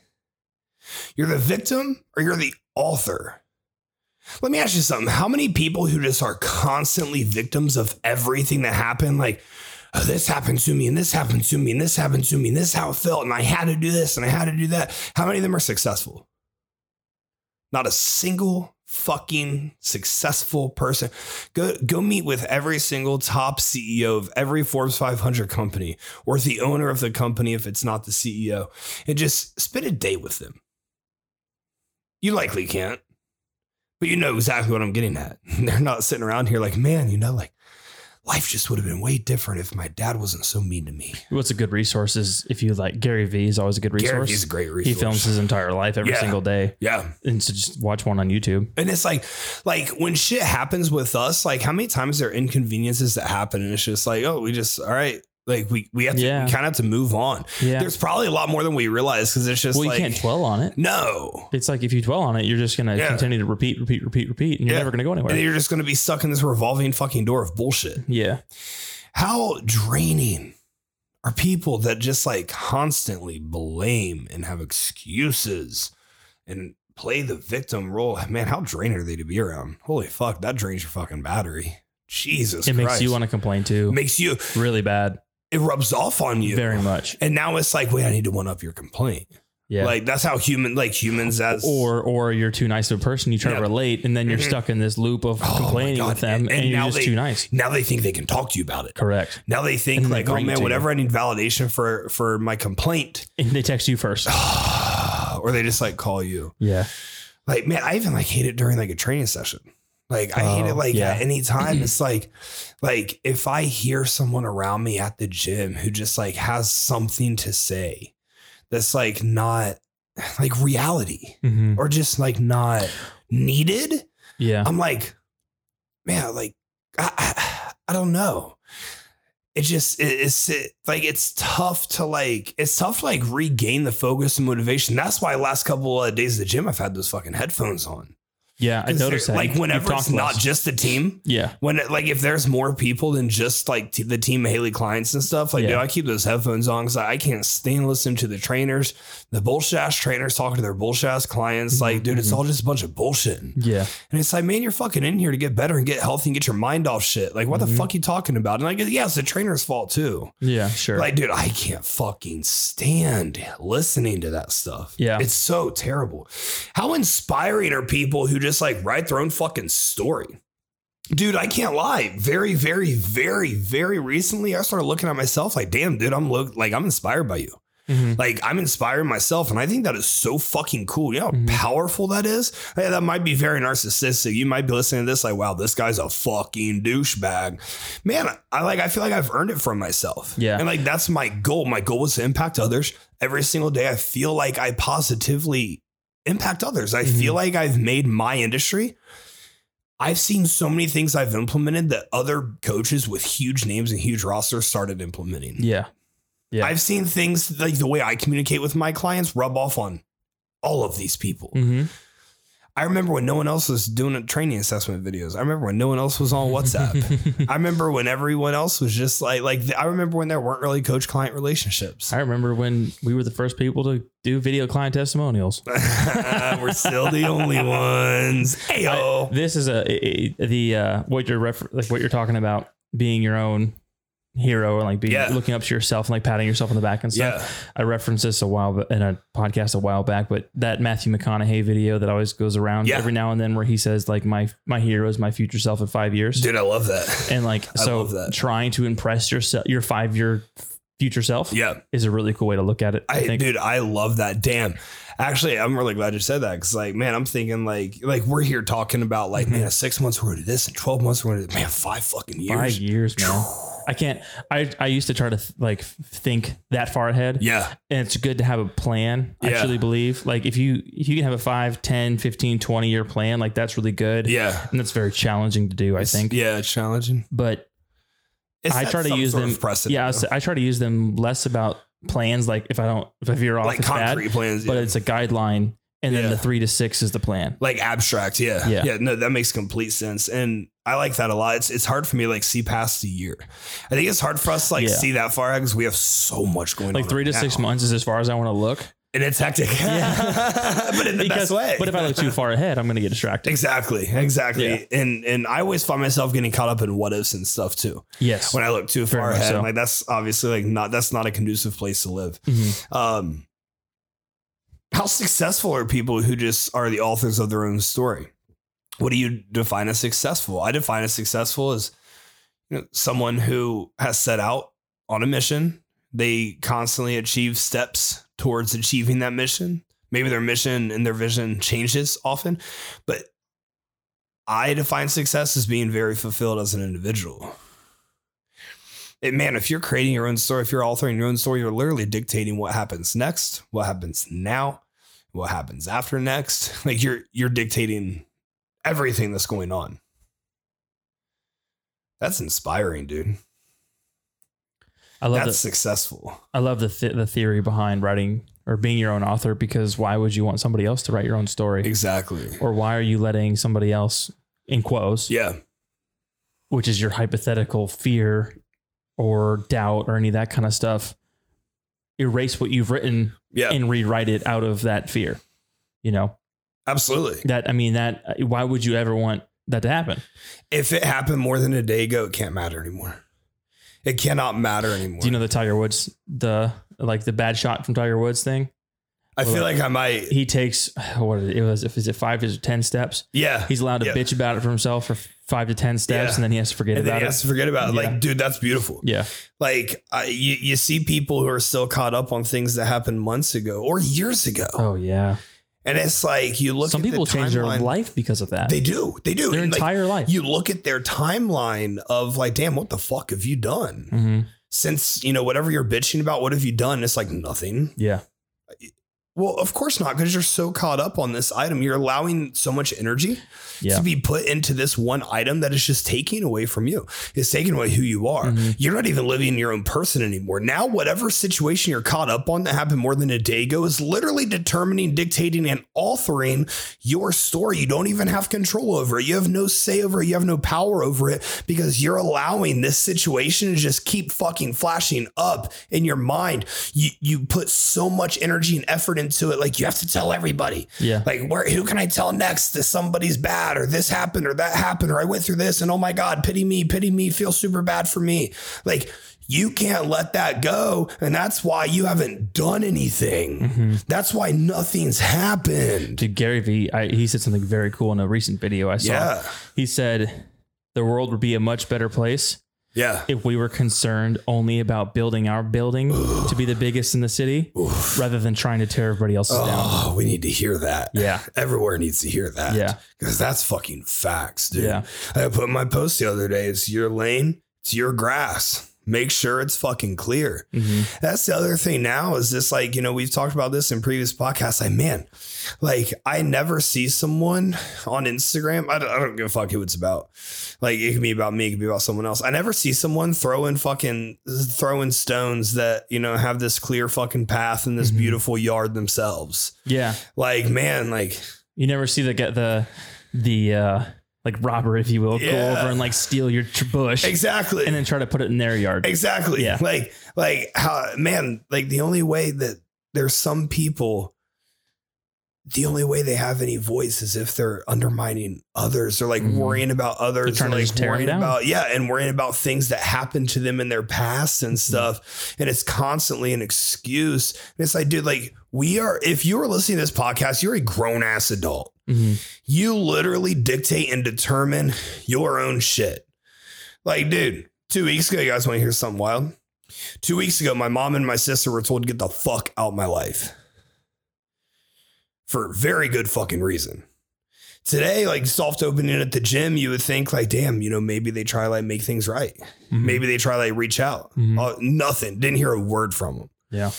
[SPEAKER 1] You're the victim or you're the author. Let me ask you something. How many people who just are constantly victims of everything that happened, like, oh, this happened to me and this happened to me and this happened to me and this is how it felt and I had to do this and I had to do that. How many of them are successful? Not a single fucking successful person. Go go meet with every single top CEO of every Forbes 500 company or the owner of the company if it's not the CEO and just spend a day with them. You likely can't. But you know exactly what I'm getting at. They're not sitting around here like, "Man, you know like life just would have been way different if my dad wasn't so mean to me."
[SPEAKER 2] What's a good resource is if you like Gary Vee is always a good
[SPEAKER 1] Gary
[SPEAKER 2] resource.
[SPEAKER 1] Vee's a great resource.
[SPEAKER 2] he films his entire life every
[SPEAKER 1] Yeah.
[SPEAKER 2] single day,
[SPEAKER 1] Yeah.
[SPEAKER 2] and so just watch one on YouTube.
[SPEAKER 1] And it's like, like when shit happens with us, like how many times there are inconveniences that happen, and it's just like, oh, we just all right, like we we have to
[SPEAKER 2] Yeah.
[SPEAKER 1] we kind of have to move on.
[SPEAKER 2] Yeah.
[SPEAKER 1] There's probably a lot more than we realize because it's just
[SPEAKER 2] well, you
[SPEAKER 1] like
[SPEAKER 2] can't dwell on it.
[SPEAKER 1] no,
[SPEAKER 2] It's like if you dwell on it, you're just gonna
[SPEAKER 1] Yeah.
[SPEAKER 2] continue to repeat, repeat, repeat, repeat, and you're
[SPEAKER 1] Yeah.
[SPEAKER 2] never gonna go
[SPEAKER 1] and
[SPEAKER 2] anywhere.
[SPEAKER 1] you're just going to be stuck in this revolving fucking door of bullshit.
[SPEAKER 2] Yeah.
[SPEAKER 1] How draining are people that just like constantly blame and have excuses and play the victim role? Man, how draining are they to be around? Holy fuck, that drains your fucking battery. Jesus
[SPEAKER 2] it
[SPEAKER 1] Christ.
[SPEAKER 2] makes you want to complain too.
[SPEAKER 1] makes you
[SPEAKER 2] really bad.
[SPEAKER 1] it rubs off on you
[SPEAKER 2] Very much.
[SPEAKER 1] and now it's like wait i need to one up your complaint
[SPEAKER 2] Yeah.
[SPEAKER 1] like that's how human like humans as
[SPEAKER 2] or or you're too nice of a person. You try
[SPEAKER 1] Yeah.
[SPEAKER 2] to relate, and then you're
[SPEAKER 1] Mhm.
[SPEAKER 2] stuck in this loop of
[SPEAKER 1] Oh my
[SPEAKER 2] complaining
[SPEAKER 1] God.
[SPEAKER 2] with them,
[SPEAKER 1] And-
[SPEAKER 2] and,
[SPEAKER 1] and
[SPEAKER 2] you're
[SPEAKER 1] now
[SPEAKER 2] just
[SPEAKER 1] they-
[SPEAKER 2] too nice.
[SPEAKER 1] now they think they can talk to you about it
[SPEAKER 2] Correct.
[SPEAKER 1] now they think
[SPEAKER 2] And they
[SPEAKER 1] like oh
[SPEAKER 2] bring it
[SPEAKER 1] man
[SPEAKER 2] to
[SPEAKER 1] whatever i need validation for for my complaint
[SPEAKER 2] And they text you first.
[SPEAKER 1] Oh. or they just like call you
[SPEAKER 2] Yeah.
[SPEAKER 1] like man i even like hate it during like a training session like i hate it
[SPEAKER 2] Oh,
[SPEAKER 1] like
[SPEAKER 2] yeah.
[SPEAKER 1] at any time it's like like if i hear someone around me at the gym who just like has something to say that's like not like reality
[SPEAKER 2] hmm
[SPEAKER 1] or just like not needed.
[SPEAKER 2] Yeah.
[SPEAKER 1] I'm like, man, like I, I, I don't know. it just it, it's it, like it's tough to like it's tough to like regain the focus and motivation. That's why last couple of days at the gym I've had those fucking headphones on.
[SPEAKER 2] Yeah, I
[SPEAKER 1] 'Cause they're-
[SPEAKER 2] noticed that.
[SPEAKER 1] Like
[SPEAKER 2] You
[SPEAKER 1] whenever
[SPEAKER 2] talk
[SPEAKER 1] it's not
[SPEAKER 2] less.
[SPEAKER 1] just the team,
[SPEAKER 2] yeah,
[SPEAKER 1] when it, like if there's more people than just like t- the team of Haley clients and stuff, like
[SPEAKER 2] Yeah.
[SPEAKER 1] dude, I keep those headphones on because I, I can't stand listening to the trainers, the bullshit ass trainers talking to their bullshit ass clients. Like, dude, it's all just a bunch of bullshit. And
[SPEAKER 2] yeah,
[SPEAKER 1] it's like, man, you're fucking in here to get better and get healthy and get your mind off shit. Like, what the fuck you talking about? And like, yeah, it's the trainer's fault too.
[SPEAKER 2] yeah, sure.
[SPEAKER 1] Like, dude, I can't fucking stand listening to that stuff.
[SPEAKER 2] Yeah.
[SPEAKER 1] It's so terrible. How inspiring are people who just like write their own fucking story? Dude, I can't lie. Very, very, very, very recently, I started looking at myself like, damn, dude, I'm look like I'm inspired by you.
[SPEAKER 2] Mhm.
[SPEAKER 1] Like I'm inspired myself, and I think that is so fucking cool. You know how
[SPEAKER 2] Mhm.
[SPEAKER 1] powerful that is. Yeah, that might be very narcissistic. You might be listening to this like, wow, this guy's a fucking douchebag. Man, I like. I feel like I've earned it from myself.
[SPEAKER 2] Yeah.
[SPEAKER 1] and like that's my goal. My goal is to impact others every single day. I feel like I positively impact others. I
[SPEAKER 2] Mhm.
[SPEAKER 1] feel like I've made my industry. I've seen so many things I've implemented that other coaches with huge names and huge rosters started implementing.
[SPEAKER 2] Yeah, Yeah.
[SPEAKER 1] I've seen things like the way I communicate with my clients rub off on all of these people.
[SPEAKER 2] mm-hmm.
[SPEAKER 1] I remember when no one else was doing a training assessment videos. I remember when no one else was on WhatsApp. I remember when everyone else was just like like I remember when there weren't really coach client relationships.
[SPEAKER 2] I remember when we were the first people to do video client testimonials.
[SPEAKER 1] We're still the only ones. Ayo.
[SPEAKER 2] This is a, a- a- the uh, what you're refer- like what you're talking about being your own hero and like being
[SPEAKER 1] Yeah.
[SPEAKER 2] looking up to yourself and like patting yourself on the back and stuff.
[SPEAKER 1] Yeah.
[SPEAKER 2] I referenced this a while ba- in a podcast a while back, but that Matthew McConaughey video that always goes around
[SPEAKER 1] Yeah.
[SPEAKER 2] every now and then where he says like my my hero is my future self in five years.
[SPEAKER 1] Dude, I love that.
[SPEAKER 2] And like
[SPEAKER 1] I
[SPEAKER 2] so
[SPEAKER 1] love that.
[SPEAKER 2] trying to impress yourself your five year future self
[SPEAKER 1] Yeah.
[SPEAKER 2] is a really cool way to look at it. I,
[SPEAKER 1] I,
[SPEAKER 2] think
[SPEAKER 1] dude, I love that. Damn. Actually, I'm really glad you said that because, like, man, I'm thinking like, like we're here talking about like, man, six months we're gonna do this, and twelve months we're gonna do man, five fucking
[SPEAKER 2] Mm-hmm. five
[SPEAKER 1] years.
[SPEAKER 2] years, man. I can't I I used to try to th- like think that far ahead.
[SPEAKER 1] Yeah,
[SPEAKER 2] and it's good to have a plan i
[SPEAKER 1] Yeah.
[SPEAKER 2] truly believe like if you if you can have a 5 10 15 20 year plan like that's really good
[SPEAKER 1] yeah,
[SPEAKER 2] and that's very challenging to do i think
[SPEAKER 1] yeah, it's challenging.
[SPEAKER 2] but
[SPEAKER 1] It's
[SPEAKER 2] I
[SPEAKER 1] that
[SPEAKER 2] try to
[SPEAKER 1] some
[SPEAKER 2] use
[SPEAKER 1] sort
[SPEAKER 2] them-
[SPEAKER 1] of precedent,
[SPEAKER 2] yeah I,
[SPEAKER 1] though.
[SPEAKER 2] was- I try to use them less about plans like if i don't if i veer off
[SPEAKER 1] like
[SPEAKER 2] it's
[SPEAKER 1] concrete
[SPEAKER 2] bad
[SPEAKER 1] plans,
[SPEAKER 2] but
[SPEAKER 1] yeah.
[SPEAKER 2] it's a guideline and then
[SPEAKER 1] Yeah.
[SPEAKER 2] the 3 to 6 is the plan
[SPEAKER 1] like abstract. Yeah.
[SPEAKER 2] Yeah.
[SPEAKER 1] No, that makes complete sense. And I like that a lot. It's, it's hard for me to like see past a year. I think it's hard for us to like
[SPEAKER 2] Yeah.
[SPEAKER 1] see that far because we have so much going on.
[SPEAKER 2] like 3 to
[SPEAKER 1] right
[SPEAKER 2] 6
[SPEAKER 1] now.
[SPEAKER 2] months is as far as i want to look
[SPEAKER 1] And it's hectic.
[SPEAKER 2] Yeah.
[SPEAKER 1] but in the
[SPEAKER 2] because
[SPEAKER 1] best way.
[SPEAKER 2] but if i look too far ahead i'm going to get distracted
[SPEAKER 1] Exactly, exactly,
[SPEAKER 2] Yeah.
[SPEAKER 1] and and I always find myself getting caught up in what ifs and stuff too.
[SPEAKER 2] yes
[SPEAKER 1] When I look too
[SPEAKER 2] Very
[SPEAKER 1] far
[SPEAKER 2] much
[SPEAKER 1] ahead,
[SPEAKER 2] so.
[SPEAKER 1] like that's obviously like not that's not a conducive place to live.
[SPEAKER 2] Mhm.
[SPEAKER 1] Um, how successful are people who just are the authors of their own story? What do you define as successful? I define as successful as you know, someone who has set out on a mission. They constantly achieve steps towards achieving that mission. Maybe their mission and their vision changes often, but I define success as being very fulfilled as an individual. And man, if you're creating your own story, if you're authoring your own story, you're literally dictating what happens next, what happens now, what happens after next. Like you're you're dictating everything that's going on. That's inspiring, dude.
[SPEAKER 2] i love
[SPEAKER 1] That's
[SPEAKER 2] that
[SPEAKER 1] successful.
[SPEAKER 2] i love the th- the theory behind writing or being your own author because why would you want somebody else to write your own story
[SPEAKER 1] Exactly.
[SPEAKER 2] or why are you letting somebody else in quotes
[SPEAKER 1] Yeah.
[SPEAKER 2] which is your hypothetical fear or doubt or any of that kind of stuff erase what you've written
[SPEAKER 1] Yeah.
[SPEAKER 2] and rewrite it out of that fear you know
[SPEAKER 1] absolutely.
[SPEAKER 2] that i mean that uh, why would you ever want that to happen
[SPEAKER 1] If it happened more than a day ago, it can't matter anymore. It cannot matter anymore.
[SPEAKER 2] do you know the tiger woods the like the bad shot from tiger woods thing
[SPEAKER 1] I feel like I might.
[SPEAKER 2] he takes what is it, it was if is it five is it ten steps
[SPEAKER 1] Yeah.
[SPEAKER 2] he's allowed to
[SPEAKER 1] Yeah.
[SPEAKER 2] bitch about it for himself for five to ten steps
[SPEAKER 1] Yeah.
[SPEAKER 2] and then he has to forget
[SPEAKER 1] and then
[SPEAKER 2] about
[SPEAKER 1] he
[SPEAKER 2] it
[SPEAKER 1] has to forget about it.
[SPEAKER 2] Yeah.
[SPEAKER 1] Like, dude, that's beautiful.
[SPEAKER 2] yeah
[SPEAKER 1] Like, I, you, you see people who are still caught up on things that happened months ago or years ago.
[SPEAKER 2] oh yeah
[SPEAKER 1] And it's like, you look
[SPEAKER 2] some
[SPEAKER 1] at the
[SPEAKER 2] people change their
[SPEAKER 1] timeline-
[SPEAKER 2] life because of that
[SPEAKER 1] They do. They do.
[SPEAKER 2] their
[SPEAKER 1] And, like,
[SPEAKER 2] entire life
[SPEAKER 1] you look at their timeline of like, damn, what the fuck have you done?
[SPEAKER 2] Mhm.
[SPEAKER 1] Since, you know, whatever you're bitching about, what have you done? It's like nothing.
[SPEAKER 2] yeah
[SPEAKER 1] Well, of course not, because you're so caught up on this item. You're allowing so much energy
[SPEAKER 2] Yeah.
[SPEAKER 1] to be put into this one item that is just taking away from you. It's taking away who you are.
[SPEAKER 2] Mhm.
[SPEAKER 1] You're not even living your own person anymore. Now, whatever situation you're caught up on that happened more than a day ago is literally determining, dictating, and authoring your story. You don't even have control over it. You have no say over it. You have no power over it because you're allowing this situation to just keep fucking flashing up in your mind. You you put so much energy and effort into it. Like you have to tell everybody.
[SPEAKER 2] Yeah.
[SPEAKER 1] Like, where who can I tell next that somebody's bad or this happened or that happened or I went through this and oh my God, pity me, pity me, feel super bad for me. Like you can't let that go. And that's why you haven't done anything. That's why nothing's happened.
[SPEAKER 2] Dude, Mm-hmm. Gary Vee, I, he said something very cool in a recent video I saw.
[SPEAKER 1] Yeah.
[SPEAKER 2] He said, the world would be a much better place
[SPEAKER 1] Yeah.
[SPEAKER 2] if we were concerned only about building our building to be the biggest in the city rather than trying to tear everybody else's down.
[SPEAKER 1] Oh, we need to hear that.
[SPEAKER 2] Yeah.
[SPEAKER 1] Everywhere needs to hear that.
[SPEAKER 2] Yeah.
[SPEAKER 1] Because that's fucking facts, dude.
[SPEAKER 2] Yeah.
[SPEAKER 1] I put in my post the other day. It's your lane, it's your grass. Make sure it's fucking clear.
[SPEAKER 2] hmm
[SPEAKER 1] That's the other thing now is just like, you know, we've talked about this in previous podcasts. Like, man, like I never see someone on Instagram. I don't, I don't give a fuck who it's about. Like, it can be about me, it can be about someone else. I never see someone throwing fucking throwing stones that, you know, have this clear fucking path and this
[SPEAKER 2] Mhm.
[SPEAKER 1] beautiful yard themselves.
[SPEAKER 2] Yeah.
[SPEAKER 1] Like, man, like,
[SPEAKER 2] You never see the get the the uh like robber, if you will, go
[SPEAKER 1] Yeah.
[SPEAKER 2] over and like steal your tr- bush
[SPEAKER 1] exactly.
[SPEAKER 2] and then try to put it in their yard.
[SPEAKER 1] Exactly.
[SPEAKER 2] Yeah.
[SPEAKER 1] Like, like how man, like the only way that there's some people the only way they have any voice is if they're undermining others or like
[SPEAKER 2] Mhm.
[SPEAKER 1] worrying about
[SPEAKER 2] They're
[SPEAKER 1] others
[SPEAKER 2] trying
[SPEAKER 1] and
[SPEAKER 2] to
[SPEAKER 1] like
[SPEAKER 2] just tear 'em
[SPEAKER 1] worrying
[SPEAKER 2] down.
[SPEAKER 1] about yeah and worrying about things that happened to them in their past
[SPEAKER 2] Mm-hmm.
[SPEAKER 1] and stuff and it's constantly an excuse and it's like dude like we are if you're listening to this podcast you're a grown ass adult
[SPEAKER 2] Mhm.
[SPEAKER 1] you literally dictate and determine your own shit. Like, dude, two weeks ago, you guys want to hear something wild? Two weeks ago, my mom and my sister were told to get the fuck out of my life for very good fucking reason. Today, like soft opening at the gym, you would think like, damn, you know, maybe they try like make things right.
[SPEAKER 2] Mhm.
[SPEAKER 1] Maybe they try like reach out.
[SPEAKER 2] Mhm.
[SPEAKER 1] Uh, nothing. Didn't hear a word from them.
[SPEAKER 2] Yeah.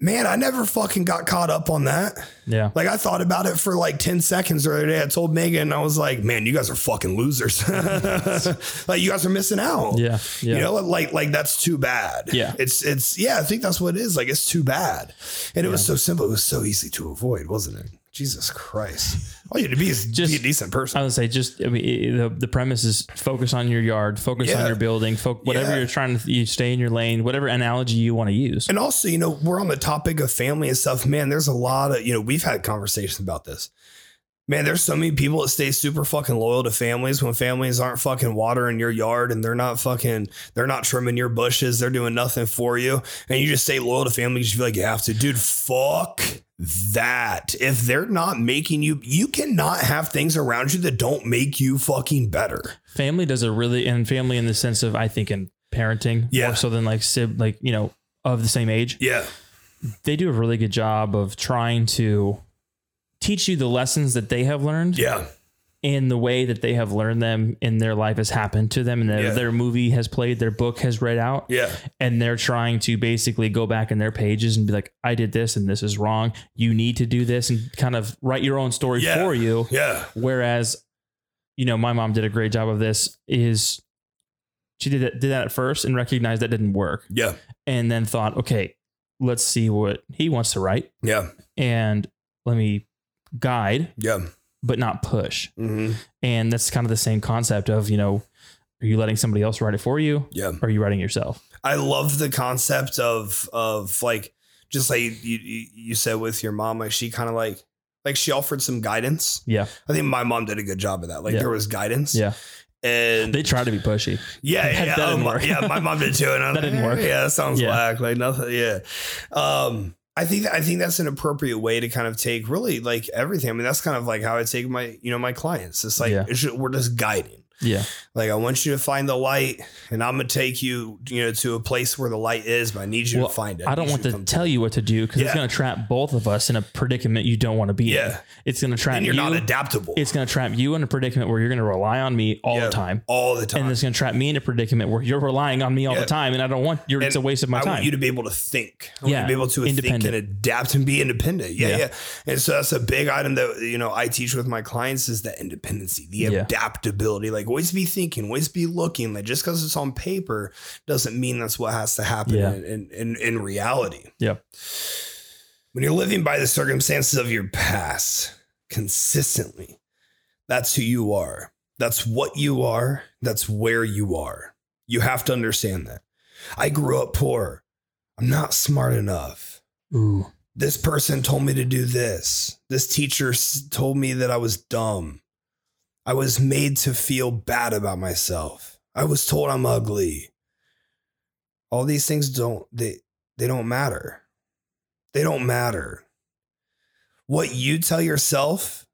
[SPEAKER 1] Man, I never fucking got caught up on that.
[SPEAKER 2] Yeah.
[SPEAKER 1] Like I thought about it for like 10 seconds the other day. I told Megan, I was like, man, you guys are fucking losers. like you guys are missing out.
[SPEAKER 2] Yeah. Yeah.
[SPEAKER 1] You know, like like that's too bad.
[SPEAKER 2] Yeah.
[SPEAKER 1] It's it's yeah, I think that's what it is. Like it's too bad. And it was so simple. It was so easy to avoid, wasn't it? Jesus Christ. All you had to be is
[SPEAKER 2] Just-
[SPEAKER 1] be a decent person.
[SPEAKER 2] I would say just I mean, it- the the premise is focus on your yard, focus
[SPEAKER 1] Yeah.
[SPEAKER 2] on your building, fo- whatever
[SPEAKER 1] Yeah.
[SPEAKER 2] you're trying to you stay in your lane, whatever analogy you want to use.
[SPEAKER 1] And also, you know, we're on the topic of family and stuff. Man, there's a lot of, you know, we've had conversations about this. Man, there's so many people that stay super fucking loyal to families when families aren't fucking watering your yard and they're not fucking, they're not trimming your bushes. They're doing nothing for you. And you just stay loyal to family because you feel like you have to. Dude, fuck that. If they're not making you, you cannot have things around you that don't make you fucking better.
[SPEAKER 2] family does a really and family in the sense of I think in parenting
[SPEAKER 1] Yeah.
[SPEAKER 2] more so than like sib like you know of the same age.
[SPEAKER 1] Yeah.
[SPEAKER 2] They do a really good job of trying to teach you the lessons that they have learned
[SPEAKER 1] Yeah.
[SPEAKER 2] in the way that they have learned them in their life has happened to them and their,
[SPEAKER 1] Yeah.
[SPEAKER 2] their movie has played, their book has read out.
[SPEAKER 1] Yeah.
[SPEAKER 2] and they're trying to basically go back in their pages and be like, I did this and this is wrong. You need to do this and kind of write your own story
[SPEAKER 1] Yeah.
[SPEAKER 2] for you.
[SPEAKER 1] Yeah.
[SPEAKER 2] Whereas, you know, my mom did a great job of this is she did that, did that at first and recognized that didn't work
[SPEAKER 1] Yeah.
[SPEAKER 2] and then thought, okay, let's see what he wants to write
[SPEAKER 1] Yeah.
[SPEAKER 2] and let me guide,
[SPEAKER 1] Yeah.
[SPEAKER 2] but not push.
[SPEAKER 1] Mm-hmm.
[SPEAKER 2] And that's kind of the same concept of, you know, are you letting somebody else write it for you?
[SPEAKER 1] Yeah.
[SPEAKER 2] Or are you writing it yourself?
[SPEAKER 1] I love the concept of of like just like you you, you said with your mom, like she kind of like like she offered some guidance.
[SPEAKER 2] Yeah.
[SPEAKER 1] I think my mom did a good job of that. Like
[SPEAKER 2] Yeah.
[SPEAKER 1] there was guidance.
[SPEAKER 2] Yeah.
[SPEAKER 1] And
[SPEAKER 2] They try to be pushy.
[SPEAKER 1] yeah,
[SPEAKER 2] That-
[SPEAKER 1] yeah,
[SPEAKER 2] that
[SPEAKER 1] oh,
[SPEAKER 2] didn't
[SPEAKER 1] my,
[SPEAKER 2] work.
[SPEAKER 1] yeah, my mom did too, and I'm
[SPEAKER 2] That
[SPEAKER 1] like,
[SPEAKER 2] didn't work.
[SPEAKER 1] "Eh, Yeah, that sounds
[SPEAKER 2] Yeah.
[SPEAKER 1] whack, like nothing. Yeah, um, I think I think that's an appropriate way to kind of take really like everything. I mean, that's kind of like how I take my you know my clients. It's like
[SPEAKER 2] Yeah.
[SPEAKER 1] it's ju- we're just guiding.
[SPEAKER 2] Yeah.
[SPEAKER 1] Like I want you to find the light, and I'm gonna take you, you know, to a place where the light is, but I need you
[SPEAKER 2] Well,
[SPEAKER 1] to find it.
[SPEAKER 2] I don't
[SPEAKER 1] need
[SPEAKER 2] want
[SPEAKER 1] you
[SPEAKER 2] to
[SPEAKER 1] come
[SPEAKER 2] tell you what to do because
[SPEAKER 1] Yeah.
[SPEAKER 2] it's going to trap both of us in a predicament you don't want to be in.
[SPEAKER 1] Yeah.
[SPEAKER 2] It's going to trap
[SPEAKER 1] and you're
[SPEAKER 2] you.
[SPEAKER 1] not adaptable.
[SPEAKER 2] it's going to trap you in a predicament where you're going to rely on me all
[SPEAKER 1] Yeah,
[SPEAKER 2] the time.
[SPEAKER 1] all the time.
[SPEAKER 2] And it's going to trap me in a predicament where you're relying on me all
[SPEAKER 1] Yeah.
[SPEAKER 2] the time. And I don't want your, it's a
[SPEAKER 1] And
[SPEAKER 2] waste of my
[SPEAKER 1] I want
[SPEAKER 2] time.
[SPEAKER 1] you to be able to think. I want you
[SPEAKER 2] Yeah,
[SPEAKER 1] to be able to think and
[SPEAKER 2] independent.
[SPEAKER 1] adapt and be independent. Yeah, yeah,
[SPEAKER 2] Yeah.
[SPEAKER 1] And so that's a big item that you know I teach with my clients is that independency, the
[SPEAKER 2] Yeah.
[SPEAKER 1] adaptability. Like always be thinking, always be looking. Like just because it's on paper doesn't mean that's what has to happen
[SPEAKER 2] Yeah.
[SPEAKER 1] in, in, in in reality.
[SPEAKER 2] Yeah.
[SPEAKER 1] When you're living by the circumstances of your past consistently, that's who you are. That's what you are. That's where you are. You have to understand that. I grew up poor. I'm not smart enough.
[SPEAKER 2] Ooh.
[SPEAKER 1] This person told me to do this. This teacher s- told me that I was dumb. I was made to feel bad about myself. I was told I'm ugly. All these things don't they they don't matter. They don't matter. What you tell yourself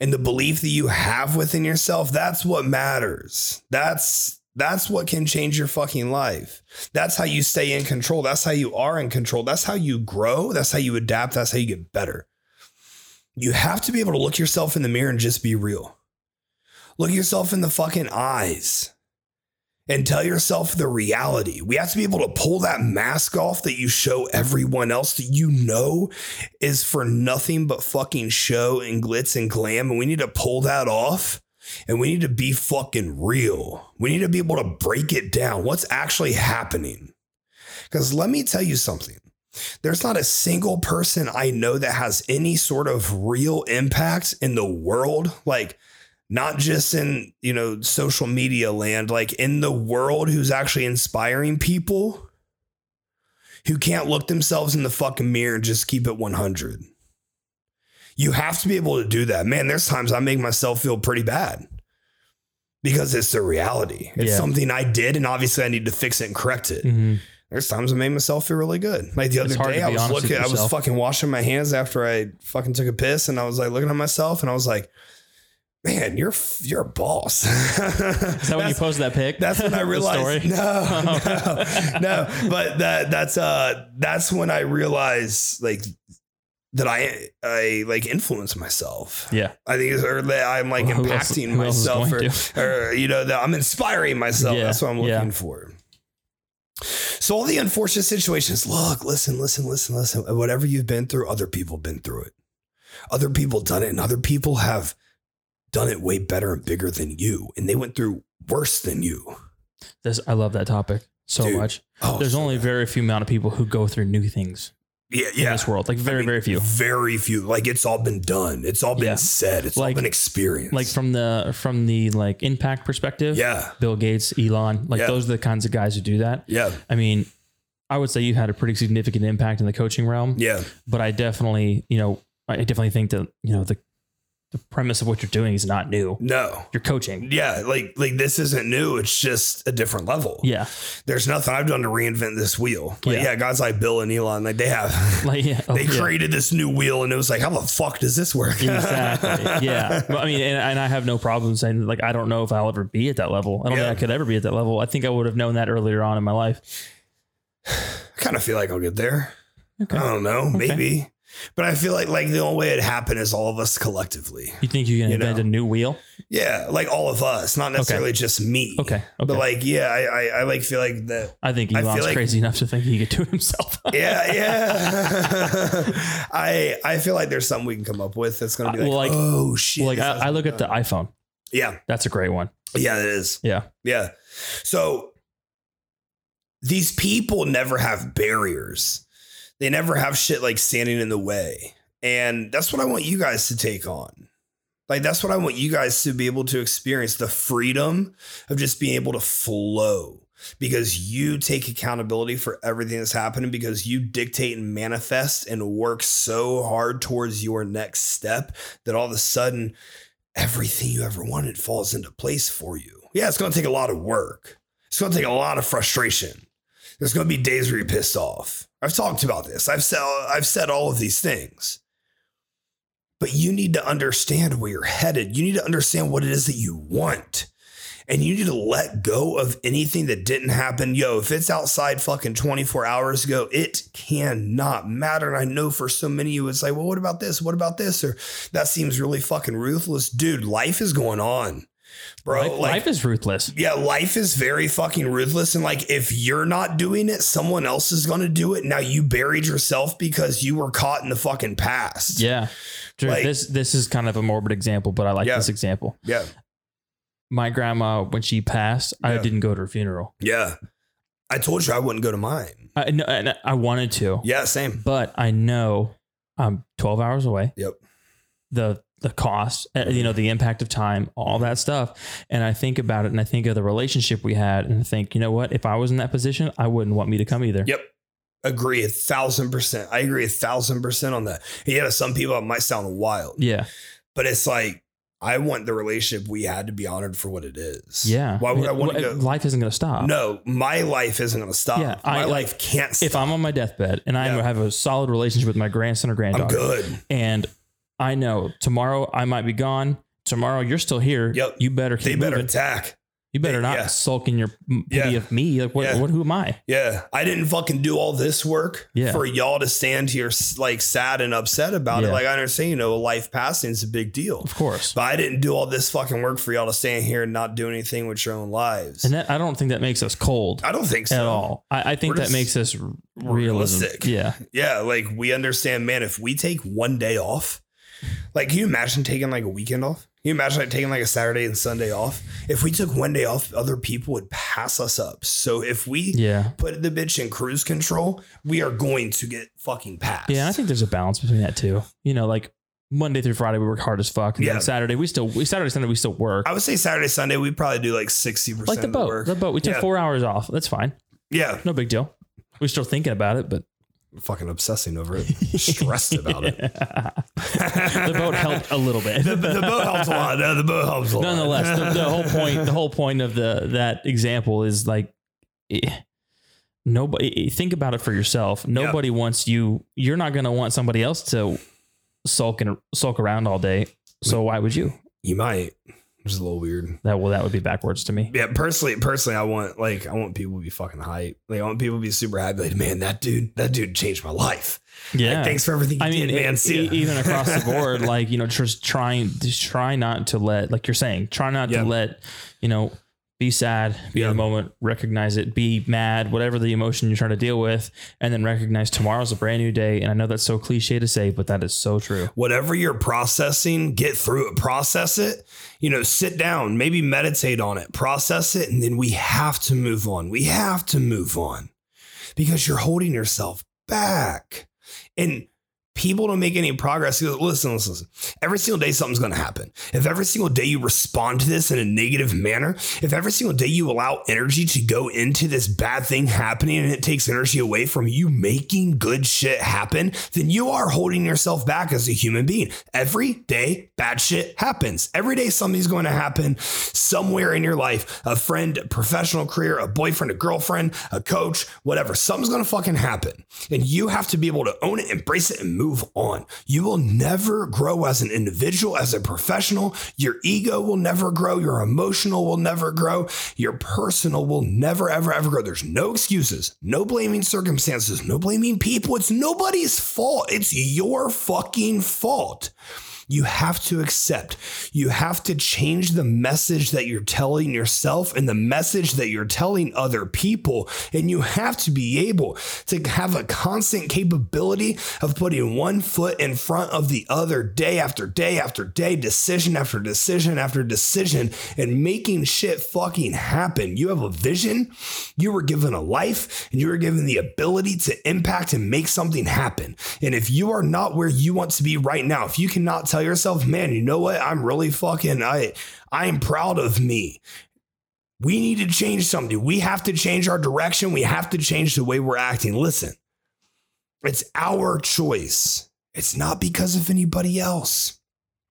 [SPEAKER 1] and the belief that you have within yourself, that's what matters. That's that's what can change your fucking life. That's how you stay in control. That's how you are in control. That's how you grow. That's how you adapt. That's how you get better. You have to be able to look yourself in the mirror and just be real. Look yourself in the fucking eyes and tell yourself the reality. We have to be able to pull that mask off that you show everyone else that you know is for nothing but fucking show and glitz and glam. And we need to pull that off and we need to be fucking real. We need to be able to break it down. What's actually happening? Because let me tell you something. There's not a single person I know that has any sort of real impact in the world, like not just in, you know, social media land, like in the world who's actually inspiring people who can't look themselves in the fucking mirror and just keep it 100. You have to be able to do that. Man, there's times I make myself feel pretty bad because it's the reality. It's
[SPEAKER 2] Yeah.
[SPEAKER 1] something I did, and obviously I need to fix it and correct it
[SPEAKER 2] Mhm.
[SPEAKER 1] there's times I made myself feel really good. Like the
[SPEAKER 2] It's
[SPEAKER 1] other
[SPEAKER 2] hard
[SPEAKER 1] day,
[SPEAKER 2] to
[SPEAKER 1] I
[SPEAKER 2] be
[SPEAKER 1] was
[SPEAKER 2] honest with
[SPEAKER 1] looking, I was
[SPEAKER 2] yourself.
[SPEAKER 1] fucking washing my hands after I fucking took a piss, and I was like looking at myself, and I was like, "Man, you're f- you're a boss."
[SPEAKER 2] Is that when you
[SPEAKER 1] That's-
[SPEAKER 2] posted that pic?
[SPEAKER 1] that's when I
[SPEAKER 2] The
[SPEAKER 1] realized.
[SPEAKER 2] story?
[SPEAKER 1] No, no, no. But that that's uh that's when I realized like that I I like influence myself.
[SPEAKER 2] Yeah.
[SPEAKER 1] I think it's or that I'm like
[SPEAKER 2] Who else-
[SPEAKER 1] impacting
[SPEAKER 2] who else is
[SPEAKER 1] myself
[SPEAKER 2] going
[SPEAKER 1] or, or you know that I'm inspiring myself.
[SPEAKER 2] Yeah,
[SPEAKER 1] That's what I'm looking
[SPEAKER 2] yeah.
[SPEAKER 1] for. So all the unfortunate situations, look, listen, listen, listen, listen. Whatever you've been through, other people have been through it. Other people done it, and other people have done it way better and bigger than you. And they went through worse than you.
[SPEAKER 2] This, I love that topic so
[SPEAKER 1] Dude.
[SPEAKER 2] much.
[SPEAKER 1] Oh,
[SPEAKER 2] There's
[SPEAKER 1] so
[SPEAKER 2] only
[SPEAKER 1] bad.
[SPEAKER 2] very few amount of people who go through new things
[SPEAKER 1] yeah,
[SPEAKER 2] in
[SPEAKER 1] yeah.
[SPEAKER 2] this world. Like very,
[SPEAKER 1] mean,
[SPEAKER 2] very few.
[SPEAKER 1] Very few. Like it's all been done. It's all been
[SPEAKER 2] Yeah.
[SPEAKER 1] said. It's all
[SPEAKER 2] Like-
[SPEAKER 1] been experienced.
[SPEAKER 2] Like from the from the like impact perspective,
[SPEAKER 1] yeah,
[SPEAKER 2] Bill Gates, Elon, like
[SPEAKER 1] Yeah.
[SPEAKER 2] those are the kinds of guys who do that.
[SPEAKER 1] yeah,
[SPEAKER 2] I mean, I would say you had a pretty significant impact in the coaching realm,
[SPEAKER 1] yeah,
[SPEAKER 2] but I definitely, you know, I definitely think that, you know, the the premise of what you're doing is not new.
[SPEAKER 1] no.
[SPEAKER 2] You're coaching.
[SPEAKER 1] Yeah, like like this isn't new. It's just a different level.
[SPEAKER 2] Yeah.
[SPEAKER 1] There's nothing I've done to reinvent this wheel. Like, yeah.
[SPEAKER 2] Yeah.
[SPEAKER 1] guys like Bill and Elon, like they have,
[SPEAKER 2] Like yeah.
[SPEAKER 1] they
[SPEAKER 2] yeah.
[SPEAKER 1] created this new wheel, and it was like, how the fuck does this work?
[SPEAKER 2] Exactly. Yeah. But I mean, and, and I have no problem saying like I don't know if I'll ever be at that level. I don't
[SPEAKER 1] Yeah.
[SPEAKER 2] think I could ever be at that level. I think I would have known that earlier on in my life.
[SPEAKER 1] I kind of feel like I'll get there.
[SPEAKER 2] Okay.
[SPEAKER 1] I don't know, maybe. But I feel like like the only way it happened is all of us collectively.
[SPEAKER 2] You think you can
[SPEAKER 1] You
[SPEAKER 2] invent
[SPEAKER 1] know.
[SPEAKER 2] a new wheel?
[SPEAKER 1] Yeah, like all of us, not necessarily just me.
[SPEAKER 2] Okay. Okay.
[SPEAKER 1] But like, yeah, I, I, I like feel like that.
[SPEAKER 2] I think
[SPEAKER 1] I feel
[SPEAKER 2] Elon's
[SPEAKER 1] like-
[SPEAKER 2] crazy enough to think he could do it himself.
[SPEAKER 1] Yeah, yeah. I I feel like there's something we can come up with that's gonna be
[SPEAKER 2] Uh,
[SPEAKER 1] like,
[SPEAKER 2] well, like-
[SPEAKER 1] oh shit.
[SPEAKER 2] like
[SPEAKER 1] this
[SPEAKER 2] I,
[SPEAKER 1] hasn't
[SPEAKER 2] I look
[SPEAKER 1] been
[SPEAKER 2] at the
[SPEAKER 1] done.
[SPEAKER 2] iPhone.
[SPEAKER 1] yeah,
[SPEAKER 2] That's a great one.
[SPEAKER 1] yeah, it is.
[SPEAKER 2] Yeah.
[SPEAKER 1] Yeah. So these people never have barriers. They never have shit like standing in the way. And that's what I want you guys to take on. Like that's what I want you guys to be able to experience the freedom of just being able to flow because you take accountability for everything that's happening because you dictate and manifest and work so hard towards your next step that all of a sudden everything you ever wanted falls into place for you. Yeah, it's going to take a lot of work. It's going to take a lot of frustration. There's going to be days where you're pissed off. I've talked about this. I've said I've said all of these things. But you need to understand where you're headed. You need to understand what it is that you want. and you need to let go of anything that didn't happen. Yo, if it's outside fucking 24 hours ago, it cannot matter. And I know for so many of you, it's like, well, what about this? What about this? Or that seems really fucking ruthless. Dude, life is going on, bro.
[SPEAKER 2] life,
[SPEAKER 1] like,
[SPEAKER 2] life is ruthless.
[SPEAKER 1] yeah, life is very fucking ruthless. And like, if you're not doing it, someone else is going to do it. Now you buried yourself because you were caught in the fucking past.
[SPEAKER 2] Yeah. Drew,
[SPEAKER 1] Like-
[SPEAKER 2] this this is kind of a morbid example, but I like
[SPEAKER 1] Yeah.
[SPEAKER 2] this example.
[SPEAKER 1] Yeah.
[SPEAKER 2] My grandma, when she passed, I
[SPEAKER 1] Yeah.
[SPEAKER 2] didn't go to her funeral.
[SPEAKER 1] Yeah. I told you I wouldn't go to mine.
[SPEAKER 2] I, no, and I wanted to,
[SPEAKER 1] Yeah, same.
[SPEAKER 2] but I know I'm 12 hours away.
[SPEAKER 1] Yep.
[SPEAKER 2] The the cost, uh, you know, the impact of time, all that stuff, and I think about it, and I think of the relationship we had, and I think, you know what? If I was in that position, I wouldn't want me to come either.
[SPEAKER 1] Yep. Agree a thousand percent. I agree a thousand percent on that. And yeah, to some people it might sound wild,
[SPEAKER 2] Yeah.
[SPEAKER 1] but it's like I want the relationship we had to be honored for what it is.
[SPEAKER 2] Yeah.
[SPEAKER 1] Why would I want to
[SPEAKER 2] Wh-
[SPEAKER 1] go?
[SPEAKER 2] Life isn't going to stop.
[SPEAKER 1] No, my life isn't going to stop.
[SPEAKER 2] Yeah,
[SPEAKER 1] my
[SPEAKER 2] I-
[SPEAKER 1] life can't
[SPEAKER 2] If
[SPEAKER 1] stop.
[SPEAKER 2] I'm on my deathbed and I
[SPEAKER 1] Yeah.
[SPEAKER 2] have a solid relationship with my grandson or
[SPEAKER 1] I'm
[SPEAKER 2] granddaughter,
[SPEAKER 1] good.
[SPEAKER 2] and I know tomorrow I might be gone. Tomorrow you're still here.
[SPEAKER 1] Yep.
[SPEAKER 2] You better
[SPEAKER 1] They
[SPEAKER 2] keep
[SPEAKER 1] better
[SPEAKER 2] moving.
[SPEAKER 1] attack.
[SPEAKER 2] you better
[SPEAKER 1] they-
[SPEAKER 2] not
[SPEAKER 1] yeah.
[SPEAKER 2] sulk in your m-
[SPEAKER 1] Yeah.
[SPEAKER 2] pity of me. Like what?
[SPEAKER 1] Yeah.
[SPEAKER 2] What? Who am I?
[SPEAKER 1] Yeah, I didn't fucking do all this work
[SPEAKER 2] Yeah.
[SPEAKER 1] for y'all to stand here s- like sad and upset about it.
[SPEAKER 2] Yeah.
[SPEAKER 1] Like I understand, you know, life passing is a big deal,
[SPEAKER 2] Of course.
[SPEAKER 1] but I didn't do all this fucking work for y'all to stand here and not do anything with your own lives.
[SPEAKER 2] And that I don't think that makes us cold
[SPEAKER 1] I don't think so
[SPEAKER 2] at all. I, I think
[SPEAKER 1] We're just
[SPEAKER 2] that makes us r- realism.
[SPEAKER 1] realistic.
[SPEAKER 2] Yeah.
[SPEAKER 1] Yeah, like we understand, man. If we take one day off, like can you imagine taking like a weekend off? Can you imagine like taking like a Saturday and Sunday off? If we took one day off, other people would pass us up. So if we
[SPEAKER 2] Yeah.
[SPEAKER 1] put the bitch in cruise control, we are going to get fucking passed.
[SPEAKER 2] Yeah. And I think there's a balance between that too. You know, like Monday through Friday we work hard as fuck. And
[SPEAKER 1] Yeah.
[SPEAKER 2] then Saturday we still we Saturday Sunday we still work.
[SPEAKER 1] I would say Saturday, Sunday, we probably do like 60%
[SPEAKER 2] like the
[SPEAKER 1] of the
[SPEAKER 2] boat.
[SPEAKER 1] work.
[SPEAKER 2] The boat. We took
[SPEAKER 1] Yeah.
[SPEAKER 2] four hours off. That's fine.
[SPEAKER 1] yeah.
[SPEAKER 2] No big deal. We're still thinking about it, but
[SPEAKER 1] Fucking obsessing over it. Stressed about it.
[SPEAKER 2] the boat helped a little bit.
[SPEAKER 1] The, the boat helps a lot. No, the boat helps a lot.
[SPEAKER 2] nonetheless the, the whole point the whole point of the that example is like eh, nobody think about it for yourself nobody wants you you're not going to want somebody else to sulk and sulk around all day so why would you
[SPEAKER 1] you might. Which is a little weird.
[SPEAKER 2] that well that would be backwards to me
[SPEAKER 1] Yeah, personally, personally, I want like I want people to be fucking hype. Like I want people to be super happy. Like, man, that dude, that dude changed my life. Like,
[SPEAKER 2] yeah
[SPEAKER 1] thanks for everything you
[SPEAKER 2] I mean,
[SPEAKER 1] did,
[SPEAKER 2] e-
[SPEAKER 1] man. See
[SPEAKER 2] e-
[SPEAKER 1] ya.
[SPEAKER 2] even across the board, like you know, just trying, just try not to let, like you're saying, try not
[SPEAKER 1] Yeah.
[SPEAKER 2] to let, you know, be sad, be in
[SPEAKER 1] Yeah.
[SPEAKER 2] the moment, recognize it, be mad, whatever the emotion you're trying to deal with, and then recognize tomorrow's a brand new day. And I know that's so cliche to say, but that is so true.
[SPEAKER 1] Whatever you're processing, get through it. Process it. You know, sit down, maybe meditate on it, process it, and then we have to move on. We have to move on because you're holding yourself back. And people don't make any progress. Because listen, listen, listen. Every single day something's going to happen. If every single day you respond to this in a negative manner, if every single day you allow energy to go into this bad thing happening and it takes energy away from you making good shit happen, then you are holding yourself back as a human being. Every day bad shit happens. Every day something's going to happen somewhere in your life. A friend, a professional career, a boyfriend, a girlfriend, a coach, whatever. Something's going to fucking happen. And you have to be able to own it, embrace it, and move on. You will never grow as an individual, as a professional. Your ego will never grow. Your emotional will never grow. Your personal will never, ever, ever grow. There's no excuses, no blaming circumstances, no blaming people. It's nobody's fault. It's your fucking fault. You have to accept. You have to change the message that you're telling yourself and the message that you're telling other people. And you have to be able to have a constant capability of putting one foot in front of the other day after day after day, decision after decision after decision, and making shit fucking happen. You have a vision, you were given a life, and you were given the ability to impact and make something happen. And if you are not where you want to be right now, if you cannot tell yourself, man, you know what? I'm really fucking I I am proud of me. We need to change something. We have to change our direction. We have to change the way we're acting. Listen, it's our choice. It's not because of anybody else.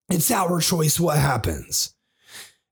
[SPEAKER 1] It's our choice what happens.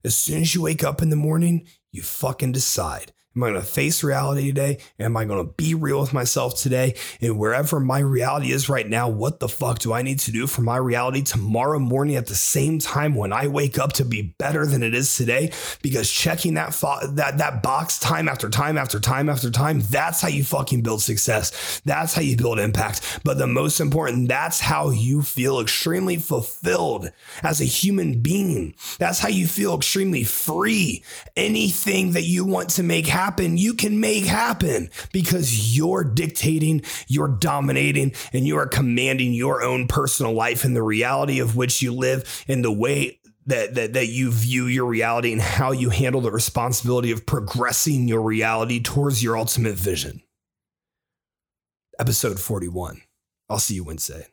[SPEAKER 1] As soon as you wake up in the morning, you fucking decide. Am I going to face reality today? Am I going to be real with myself today? And wherever my reality is right now, what the fuck do I need to do for my reality tomorrow morning at the same time when I wake up to be better than it is today? Because checking that fo- that that box time after time after time after time, that's how you fucking build success. That's how you build impact. But the most important, that's how you feel extremely fulfilled as a human being. That's how you feel extremely free. Anything that you want to make happen, you can make happen because you're dictating, you're dominating, and you are commanding your own personal life and the reality of which you live and the way that, that that you view your reality and how you handle the responsibility of progressing your reality towards your ultimate vision. Episode 41. I'll see you Wednesday.